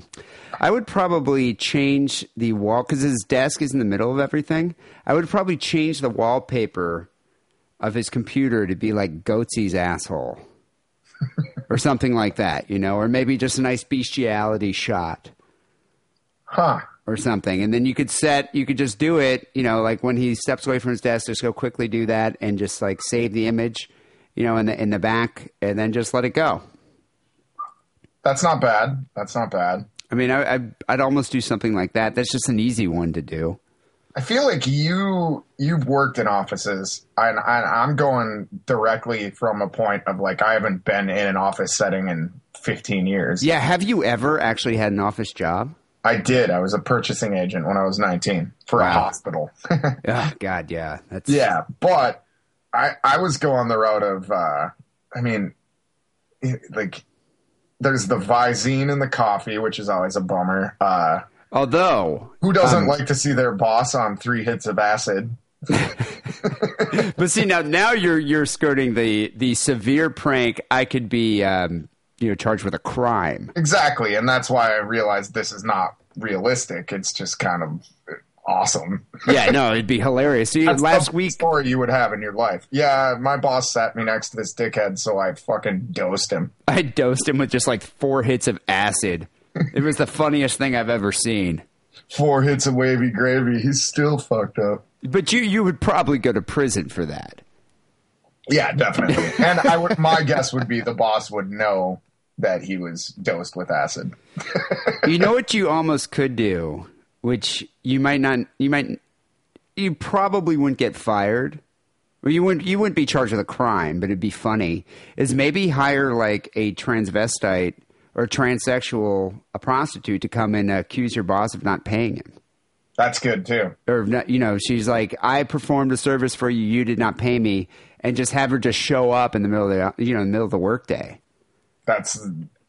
I would probably change the wall because his desk is in the middle of everything. I would probably change the wallpaper of his computer to be like Goatsy's asshole [LAUGHS] or something like that, you know, or maybe just a nice bestiality shot
Huh.
or something. And then you could set, you could just do it, you know, like when he steps away from his desk, just go quickly do that and just like save the image, you know, in the, in the back and then just let it go.
That's not bad. That's not bad.
I mean, I, I, I'd almost do something like that. That's just an easy one to do.
I feel like you you've worked in offices, and, and I'm going directly from a point of like I haven't been in an office setting in 15 years.
Yeah. Have you ever actually had an office job?
I did. I was a purchasing agent when I was 19 for a
Wow.
hospital. [LAUGHS]
Oh God. Yeah. That's,
yeah, but I I was going the route of uh, I mean, it- like there's the Visine in the coffee, which is always a bummer. Uh,
Although,
Who doesn't
Um,
like to see their boss on three hits of acid?
but see now, now you're you're skirting the the severe prank. I could be, um, you know, charged with a crime.
Exactly, and that's why I realized this is not realistic. It's just kind of awesome.
Yeah,
[LAUGHS]
no, it'd be hilarious. See,
That's
last
the
week,
story you would have in your life. Yeah, my boss sat me next to this dickhead, so I fucking dosed him.
[LAUGHS] I dosed him with just like four hits of acid. It was the funniest thing I've ever seen.
Four hits of wavy gravy. He's still fucked up.
But you you would probably go to prison for that.
Yeah,
[LAUGHS]
definitely. and I would, my guess would be the boss would know that he was dosed with acid.
You know what you almost could do, which you might not you might you probably wouldn't get fired. Well, you wouldn't you wouldn't be charged with a crime, but it'd be funny. Is maybe hire like a transvestite or a transsexual, a prostitute to come and accuse your boss of not paying him.
That's good too.
or if not, you know, she's like, I performed a service for you, you did not pay me, and just have her just show up in the middle of the you know in the middle of the workday
That's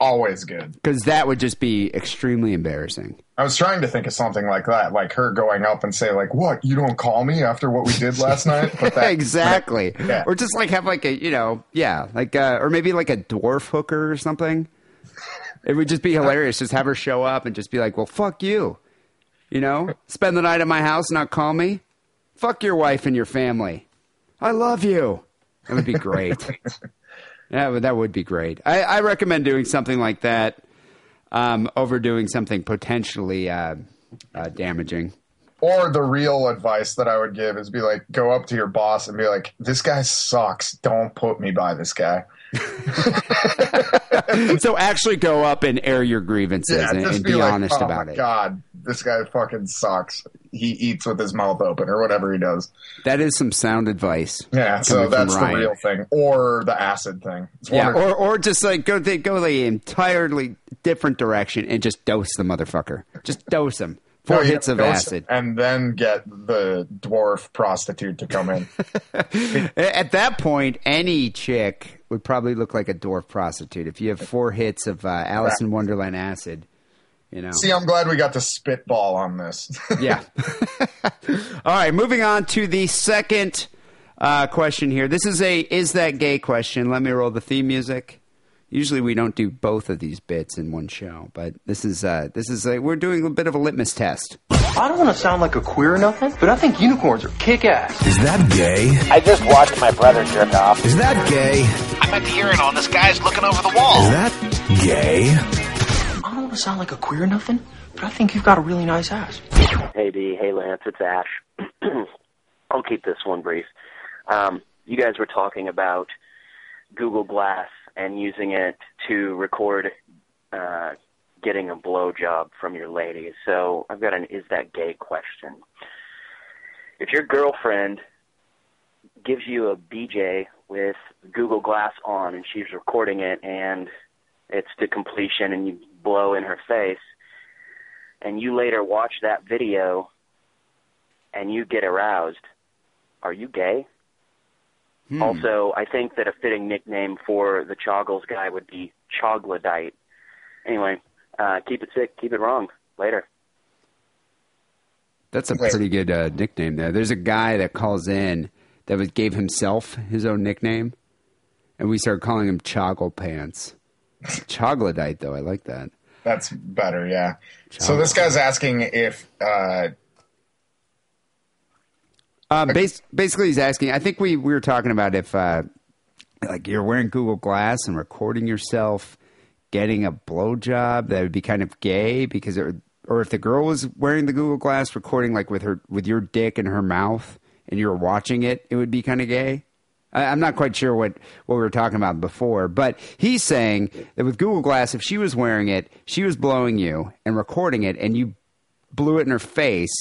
always good.
because that would just be extremely embarrassing.
I was trying to think of something like that, like her going up and say, like, "What? You don't call me after what we
[LAUGHS]
did last night?" But that,
exactly,
Yeah.
or just like have like a you know yeah like uh, or maybe like a dwarf hooker or something. It would just be hilarious. Just have her show up and just be like, well, fuck you, you know, spend the night at my house, not call me, fuck your wife and your family. I love you. That
[LAUGHS]
would be great. Yeah, but that would be great. I, I recommend doing something like that um, over doing something potentially uh, uh, damaging.
Or the real advice that I would give is be like, go up to your boss and be like, "This guy sucks. Don't put me by this guy."
[LAUGHS] So actually go up and air your grievances and,
just
and be,
like,
honest
"Oh
about
my
it.
God, this guy fucking sucks. He eats with his mouth open or whatever he does.
That is some sound advice.
Yeah, so
coming from
that's the
Ryan.
real thing, or the acid thing. It's one
Yeah,
or-
or, or just like go the, go the entirely different direction and just dose the motherfucker. Just dose him. Four
No, you
hits of
Oh, dose
acid.
him and then get the dwarf prostitute to
[LAUGHS]
come in. [LAUGHS]
A- At that point, any chick would probably look like a dwarf prostitute if you have four hits of uh, Alice in Wonderland acid. You know,
See, I'm glad we got to spitball on this. [LAUGHS]
yeah. [LAUGHS] All right, moving on to the second uh, question here. This is a is that gay question. Let me roll the theme music. Usually we don't do both of these bits in one show, but this is uh, this is a, we're doing a bit of a litmus test.
I don't want to sound like a queer or nothing, but I think unicorns are kick ass.
Is that gay?
I just watched my brother jerk off.
Is that gay?
I might be hearing all Oh, this guy's looking over the
Is
wall.
that gay?
I don't want to sound like a queer or nothing, but I think you've got a really nice ass.
Hey, D. Hey, Lance. It's Ash. [CLEARS THROAT] I'll keep this one brief. Um, you guys were talking about Google Glass and using it to record uh, getting a blowjob from your lady. So I've got an is that gay question. If your girlfriend gives you a BJ with Google Glass on and she's recording it and it's to completion and you blow in her face, and you later watch that video and you get aroused, are you gay? Also, I think that a fitting nickname for the Choggles guy would be Choglodite. Anyway, uh, keep it sick, keep it wrong. Later.
That's a pretty good uh, nickname there. There's a guy that calls in that was, gave himself his own nickname, and we started calling him Choggle Pants. Choglodite, though, I like that.
That's better, yeah. So this guy's asking if uh,
Um, bas- basically, he's asking. I think we, we were talking about if uh, like you're wearing Google Glass and recording yourself getting a blowjob, that would be kind of gay because it would, or if the girl was wearing the Google Glass, recording like with her with your dick in her mouth and you were watching it, it would be kind of gay. I, I'm not quite sure what what we were talking about before, but he's saying that with Google Glass, if she was wearing it, she was blowing you and recording it, and you blew it in her face,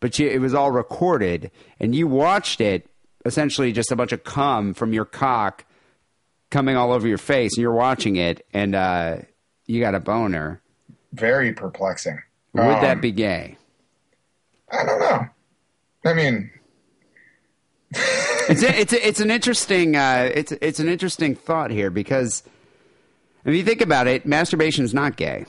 but you, it was all recorded, and you watched it. Essentially, just a bunch of cum from your cock coming all over your face, and you're watching it, and uh, you got a boner.
very perplexing.
Would
Um,
that be gay?
I don't know. I mean,
It's
[LAUGHS]
a, it's a, it's an interesting uh, it's it's an interesting thought here because if you think about it, masturbation's not gay.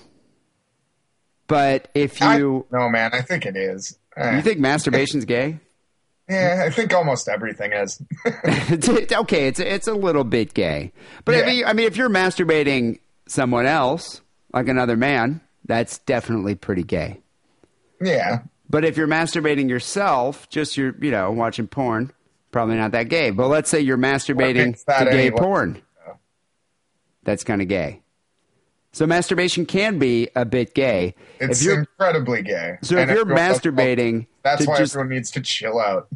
But if you
no man, I think it is. Eh.
you think masturbation's gay, [LAUGHS]
Yeah, I think almost everything is.
It's- it's- okay, it's it's a little bit gay. But I
Yeah.
mean, I mean, if you're masturbating someone else, like another man, that's definitely pretty gay.
Yeah.
But if you're masturbating yourself, just your you know watching porn, probably not that gay. But let's say you're masturbating
makes that
to gay
anyway?
porn, that's kind of gay. So masturbation can be a bit gay.
It's
if you're
incredibly gay.
so if
And
you're
everyone-
masturbating,
that's
to
why
just,
everyone needs to chill out.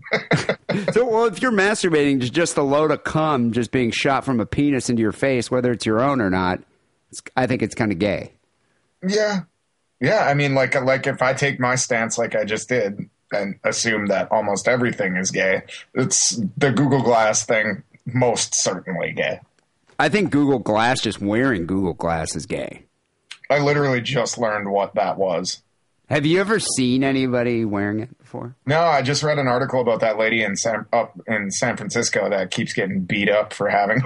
so well, if you're masturbating to just a load of cum just being shot from a penis into your face, whether it's your own or not, it's, I think it's kind of gay.
Yeah. Yeah, I mean like like if I take my stance like I just did and assume that almost everything is gay, it's the Google Glass thing most certainly gay.
I think Google Glass just wearing Google Glass is gay.
I literally just learned what that was.
Have you ever seen anybody wearing it [LAUGHS] before?
No, I just read an article about that lady in San up in San Francisco that keeps getting beat up for having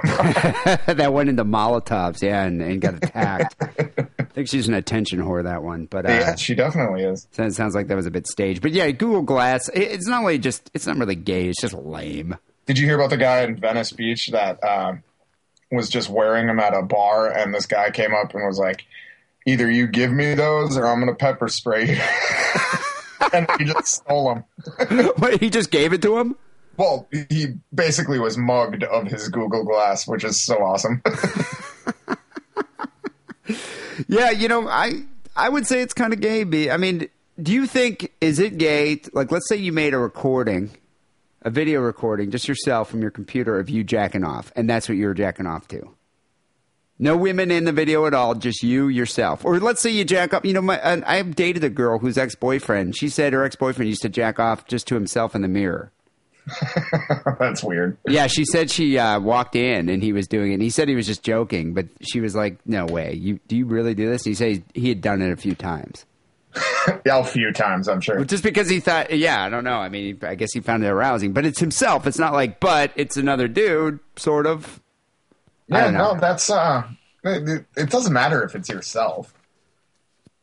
that went into Molotovs, yeah, and, and got attacked. I think she's an attention whore, that one. But uh,
Yeah, she definitely is.
sounds, sounds like that was a bit staged. But yeah, Google Glass, it, it's not really just, it's not really gay, it's just lame.
Did you hear about the guy in Venice Beach that uh, was just wearing them at a bar, and this guy came up and was like, "Either you give me those, or I'm gonna pepper spray you." [LAUGHS] and he just stole them. [LAUGHS]
Wait, he just gave it to him?
Well, he basically was mugged of his Google Glass, which is so awesome. [LAUGHS]
Yeah, you know, I I would say it's kind of gay. B. I mean, do you think is it gay? Like, let's say you made a recording, a video recording, just yourself from your computer of you jacking off, and that's what you were jacking off to. No women in the video at all, just you yourself. Or let's say you jack up. You know, my and I dated a girl whose ex boyfriend. She said her ex boyfriend used to jack off just to himself in the mirror.
That's weird.
Yeah, she said she uh, walked in and he was doing it. And he said he was just joking, but she was like, "No way, you do you really do this?" And he said he had done it a few times,
Yeah, a few times, I'm sure.
But just because he thought, "Yeah, I don't know." I mean, I guess he found it arousing, but it's himself. It's not like, but it's another dude, sort of. I
Yeah,
don't know.
no, that's uh, it, it- it doesn't matter if it's yourself.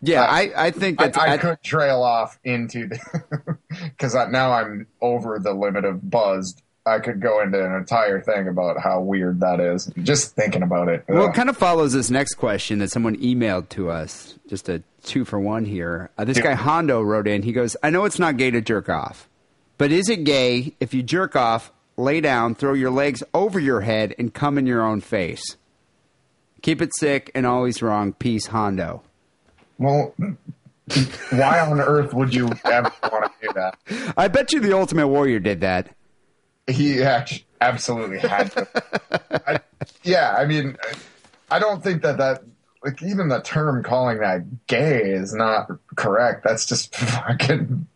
Yeah, I, I think
I,
that's
I
I-
could trail off into the [LAUGHS] because now I'm over the limit of buzzed. I could go into an entire thing about how weird that is. Just thinking about it.
Well,
Ugh.
it kind of follows this next question that someone emailed to us. Just a two for one here. Uh, this guy Hondo wrote in. He goes, "I know it's not gay to jerk off, but is it gay if you jerk off, lay down, throw your legs over your head, and come in your own face? Keep it sick and always wrong. Peace, Hondo."
well, why on earth would you ever want to do that?
I bet you the Ultimate Warrior did that.
He act- absolutely had to. I, yeah, I mean, I don't think that that like even the term calling that gay is not correct. That's just [LAUGHS] fucking kind of-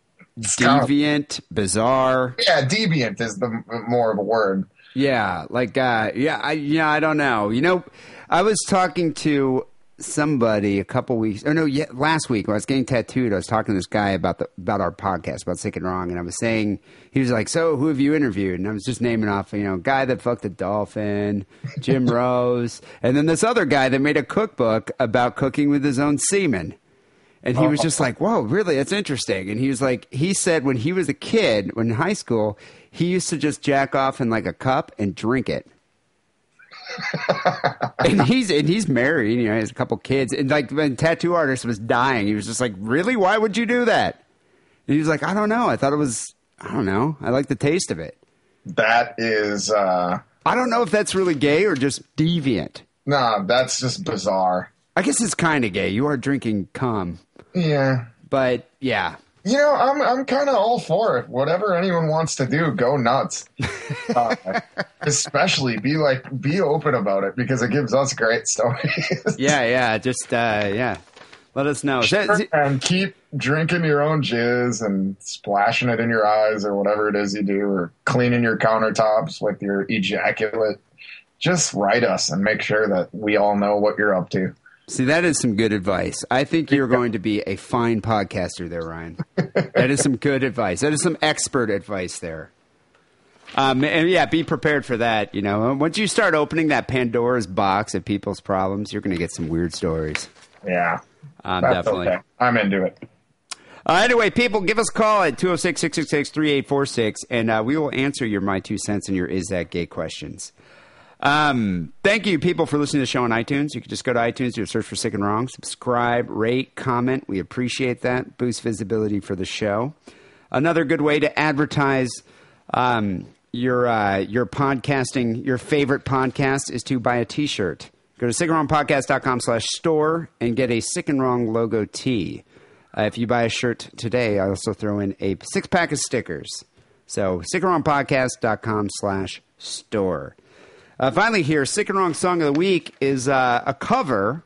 Deviant, bizarre.
yeah. Deviant is the m- more of a word.
Yeah, like uh yeah, I yeah, I don't know. You know, I was talking to somebody a couple weeks or no, yeah, last week when I was getting tattooed, I was talking to this guy about the about our podcast, about Sick and Wrong, and I was saying he was like, So who have you interviewed? And I was just naming off, you know, guy that fucked a dolphin, Jim Rose, and then this other guy that made a cookbook about cooking with his own semen. And he was
Oh.
just like, whoa, really? That's interesting. And he was like, he said when he was a kid, when in high school, he used to just jack off in like a cup and drink it. and he's and he's married, you know, he has a couple kids. And like when tattoo artist was dying, he was just like, Really? Why would you do that? And he was like, I don't know. I thought it was I don't know. I like the taste of it.
That is uh
I don't know if that's really gay or just deviant.
nah, that's just bizarre.
I guess it's kinda gay. You are drinking cum.
Yeah.
But yeah.
You know, I'm I'm kind of all for it. Whatever anyone wants to do, go nuts. Uh, especially be like be open about it because it gives us great stories.
Yeah, yeah. Just uh yeah. Let us know. Is that-
and keep drinking your own jizz and splashing it in your eyes or whatever it is you do, or cleaning your countertops with your ejaculate. Just write us and make sure that we all know what you're up to.
See, that is some good advice. I think you're going to be a fine podcaster there, Ryan. that is some good advice. That is some expert advice there. Um, and yeah, be prepared for that. You know, And once you start opening that Pandora's box of people's problems, you're going to get some weird stories.
Yeah.
Um,
That's
definitely.
okay. I'm into it.
Uh, anyway, people, give us a call at 206 666 3846, and uh, we will answer your My Two Cents and your Is That Gay questions. Um, thank you, people, for listening to the show on iTunes. You can just go to iTunes, do a search for Sick and Wrong, subscribe, rate, comment. We appreciate that. Boost visibility for the show. Another good way to advertise um, your, uh, your podcasting, your favorite podcast, is to buy a t shirt. Go to sickandwrongpodcast.com slash store and get a Sick and Wrong logo tee. Uh, if you buy a shirt today, I also throw in a six pack of stickers. So stickeronpodcast.com slash store. Uh, finally, here, Sick and Wrong Song of the Week is uh, a cover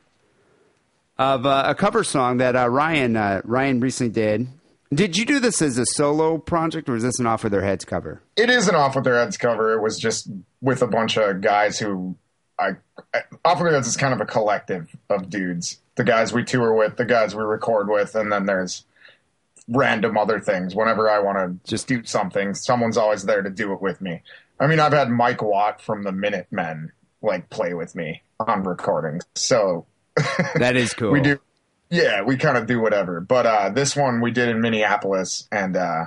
of uh, a cover song that uh, Ryan uh, Ryan recently did. Did you do this as a solo project or is this an Off With Their Heads cover?
It is an off with their heads cover. It was just with a bunch of guys who I, I off with their heads is kind of a collective of dudes. The guys we tour with, the guys we record with, and then there's random other things. Whenever I want to just do something, someone's always there to do it with me. I mean, I've had Mike Watt from the Minutemen like play with me on recordings. So
That is cool.
[LAUGHS] we do yeah we kind of do whatever but uh this one we did in minneapolis and uh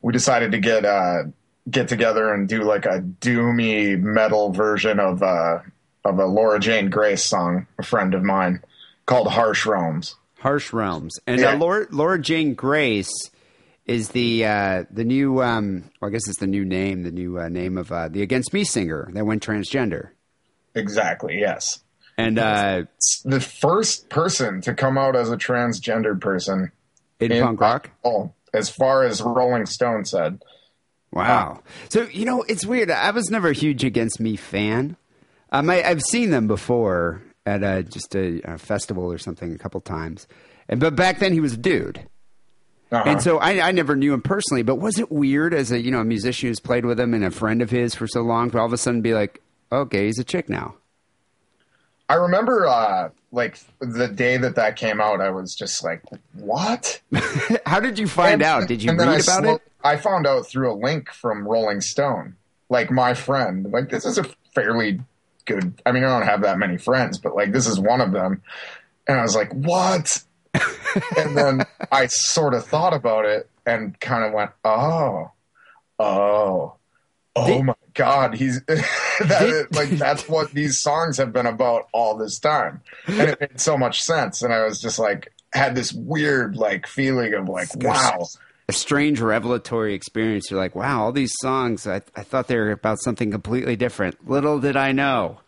we decided to get uh get together and do like a doomy metal version of uh of a laura jane grace song a friend of mine called harsh realms
Harsh Realms. And
Yeah.
uh, Laura, Laura Jane Grace is the uh, the new, um, well, I guess it's the new name, the new uh, name of uh, the Against Me singer that went transgender.
exactly yes
And uh,
It's the first person to come out as a transgendered person
in, punk rock?
oh as far as rolling stone said
Wow. So you know, it's weird. I was never a huge Against Me fan. Um, I, I've seen them before at uh just a, a festival or something a couple times, and but back then he was a dude,
Uh-huh.
and so I, I never knew him personally. But was it weird as a you know a musician who's played with him and a friend of his for so long to all of a sudden be like, okay, he's a chick now?
I remember uh like the day that that came out I was just like what
How did you find out? Did you
And
read
then
about
I slow-
it?
I found out through a link from Rolling Stone like my friend like this is a fairly good I mean I don't have that many friends but like this is one of them and I was like
[LAUGHS]
what and then I sort of thought about it and kind of went oh oh Oh my God, he's [LAUGHS] that is, like that's what these songs have been about all this time, and it made so much sense. And I was just like, had this weird like feeling of like, wow,
a strange revelatory experience. You're like, wow, all these songs, I, I thought they were about something completely different. Little did I know.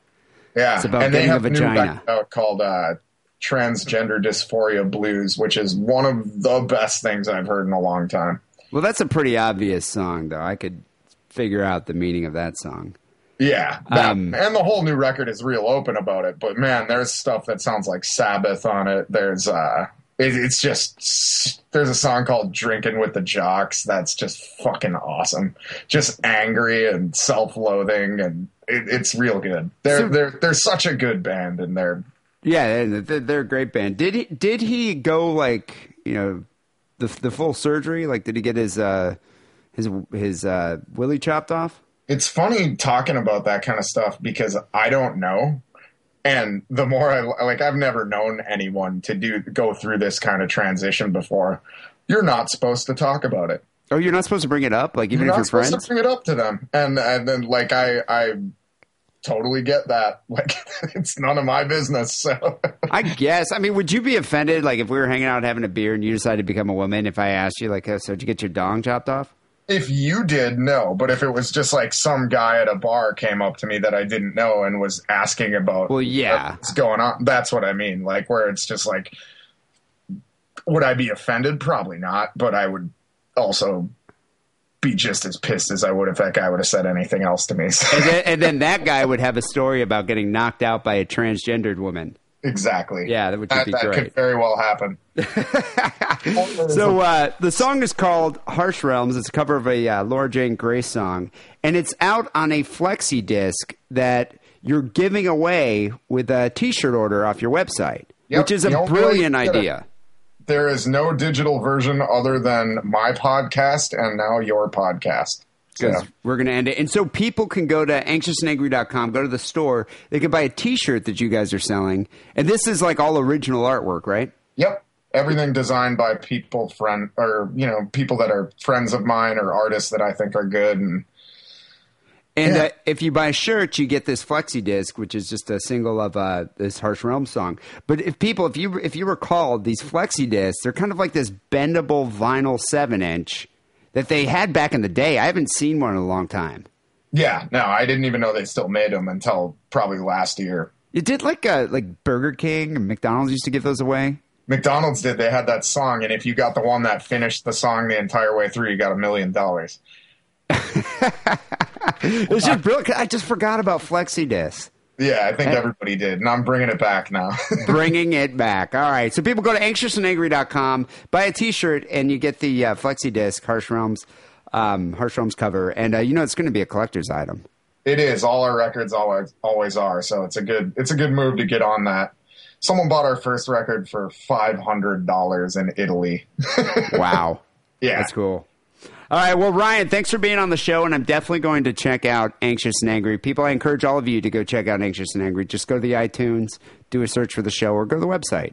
yeah.
It's about
and they
getting a
have a new
vagina.
record out called uh, "Transgender Dysphoria Blues," which is one of the best things I've heard in a long time.
Well, that's a pretty obvious song, though. I could figure out the meaning of that song.
Yeah, that-
Um,
and the whole new record is real open about it. But man, there's stuff that sounds like Sabbath on it. There's uh, it, it's just there's a song called "Drinking with the Jocks" that's just fucking awesome. Just angry and self-loathing, and it, it's real good. They're
So-
they're they're such a good band, and they're
Yeah, they're- they're, they're a great band. Did he? Did he go like you know the the full surgery? Like, did he get his uh his his uh willy chopped off?
it's funny talking about that kind of stuff because I don't know. And the more I like, I've never known anyone to do go through this kind of transition before. You're not supposed to talk about it.
Oh, you're not supposed to bring it up, like even
you're
if
not
you're
supposed
friends.
to bring it up to them. And and then like I I totally get that. Like [LAUGHS] it's none of my business. So
I guess. I mean, would you be offended, like if we were hanging out having a beer and you decided to become a woman? If I asked you, like, oh, so did you get your dong chopped off?
if you did, no. But if it was just like some guy at a bar came up to me that I didn't know and was asking about
Well, yeah.
what's going on, that's what I mean. Like where it's just like, would I be offended? Probably not. But I would also be just as pissed as I would if that guy would have said anything else to me. [LAUGHS]
And then, and then that guy would have a story about getting knocked out by a transgendered woman.
exactly.
Yeah, that would
That,
be
that
great.
could very well happen.
So uh, the song is called "Harsh Realms." It's a cover of a uh, Laura Jane Grace song, and it's out on a flexi disc that you're giving away with a T-shirt order off your website,
Yep,
which is a
the only way
brilliant
you get it.
idea.
There is no digital version other than my podcast and now your podcast. So,
because we're going to end it. And so people can go to anxiousandangry.com, go to the store. They can buy a T-shirt that you guys are selling, and this is like all original artwork, right?
Yep. Everything designed by people friend or you know people that are friends of mine or artists that I think are good and
And uh, if you buy a shirt, you get this flexi disc, which is just a single of uh, this Harsh Realm song. But if people, if you if you recall, these flexi discs, they're kind of like this bendable vinyl seven inch that they had back in the day. I haven't seen one in a long time. [LAUGHS]
yeah, no, I didn't even know they still made them until probably last year.
It did like uh, like Burger King and McDonald's used to give those away.
McDonald's did. They had that song, and if you got the one that finished the song the entire way through, you got a million dollars.
It was just brilliant. I just forgot about flexi discs.
Yeah, I think
Hey.
everybody did, and I'm bringing it back now. [LAUGHS]
bringing it back. All right. So people go to anxiousandangry.com, buy a t-shirt, and you get the uh, flexi disc, Harsh Realms, um, Harsh Realms cover. And uh, you know it's going to be a collector's item.
It is. All our records always always are. So it's a good it's a good move to get on that. Someone bought our first record for five hundred dollars in Italy. [LAUGHS]
Wow.
Yeah.
That's cool. All right. Well, Ryan, thanks for being on the show. And I'm definitely going to check out Anxious and Angry. People, I encourage all of you to go check out Anxious and Angry. Just go to the iTunes, do a search for the show, or go to the website.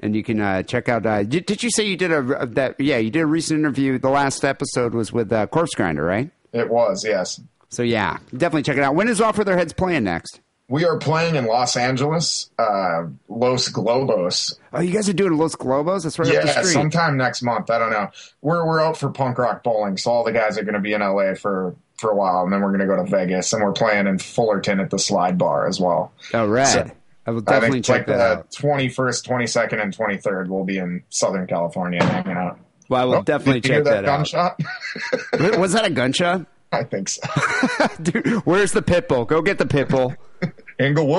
And you can uh, check out. Uh, did, did you say you did a that? Yeah, you did a recent interview. The last episode was with uh, Corpse Grinder, right?
It was, yes.
So yeah, definitely check it out. When is Off With Their Heads playing next?
We are playing in Los Angeles, uh, Los Globos.
Oh, you guys are doing Los Globos. That's right up
yeah,
the street.
sometime next month. I don't know. We're we're out for punk rock bowling, so all the guys are going to be in LA for for a while, and then we're going to go to Vegas, and we're playing in Fullerton at the Slide Bar as well.
oh, rad.
So-
I will definitely
I think
check
like
that
the
out.
Twenty first, twenty second, and twenty third, we'll be in Southern California hanging out.
Well, I will
Oh,
definitely
did you hear
check that,
that gunshot?
out. Wait, Was that a gunshot?
I think so.
[LAUGHS] Dude, where's the pit bull? Go get the pit
[LAUGHS]
bull. [LAUGHS]
Inglewood.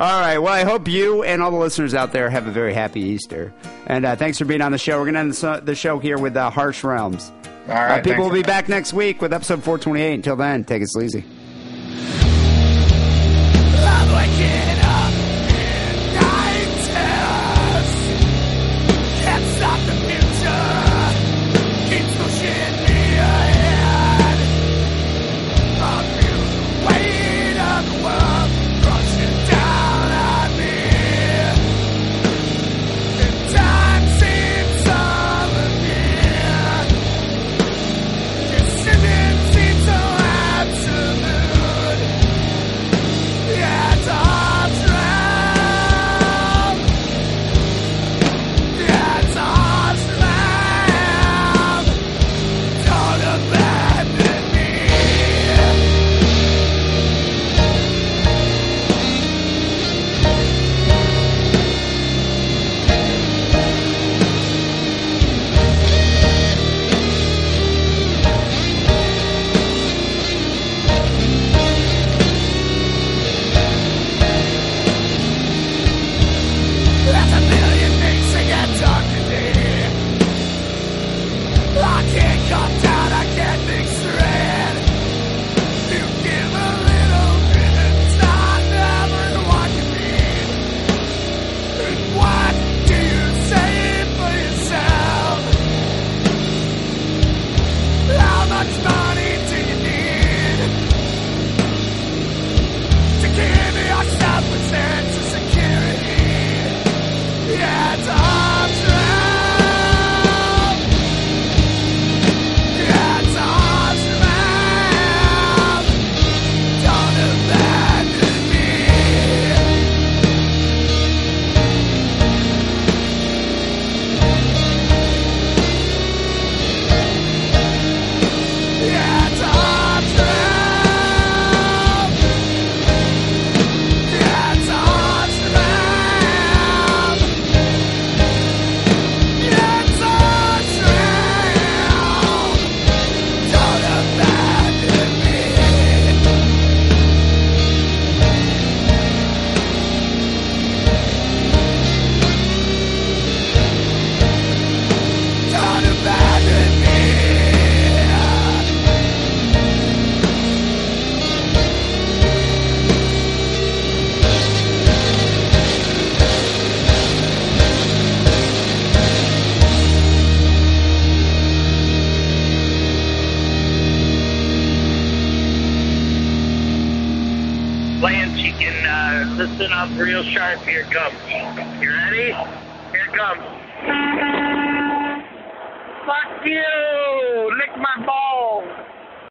All right. Well, I hope you and all the listeners out there have a very happy Easter. And uh, thanks for being on the show. We're going to end the so- the show here with uh, Harsh Realms.
All right,
Uh, people
thanks.
will be back next week with episode 428. Until then, take it sleazy.
Lamb chicken, uh, listen up real sharp. Here it comes. You ready? Here it comes. Fuck you! Lick my balls.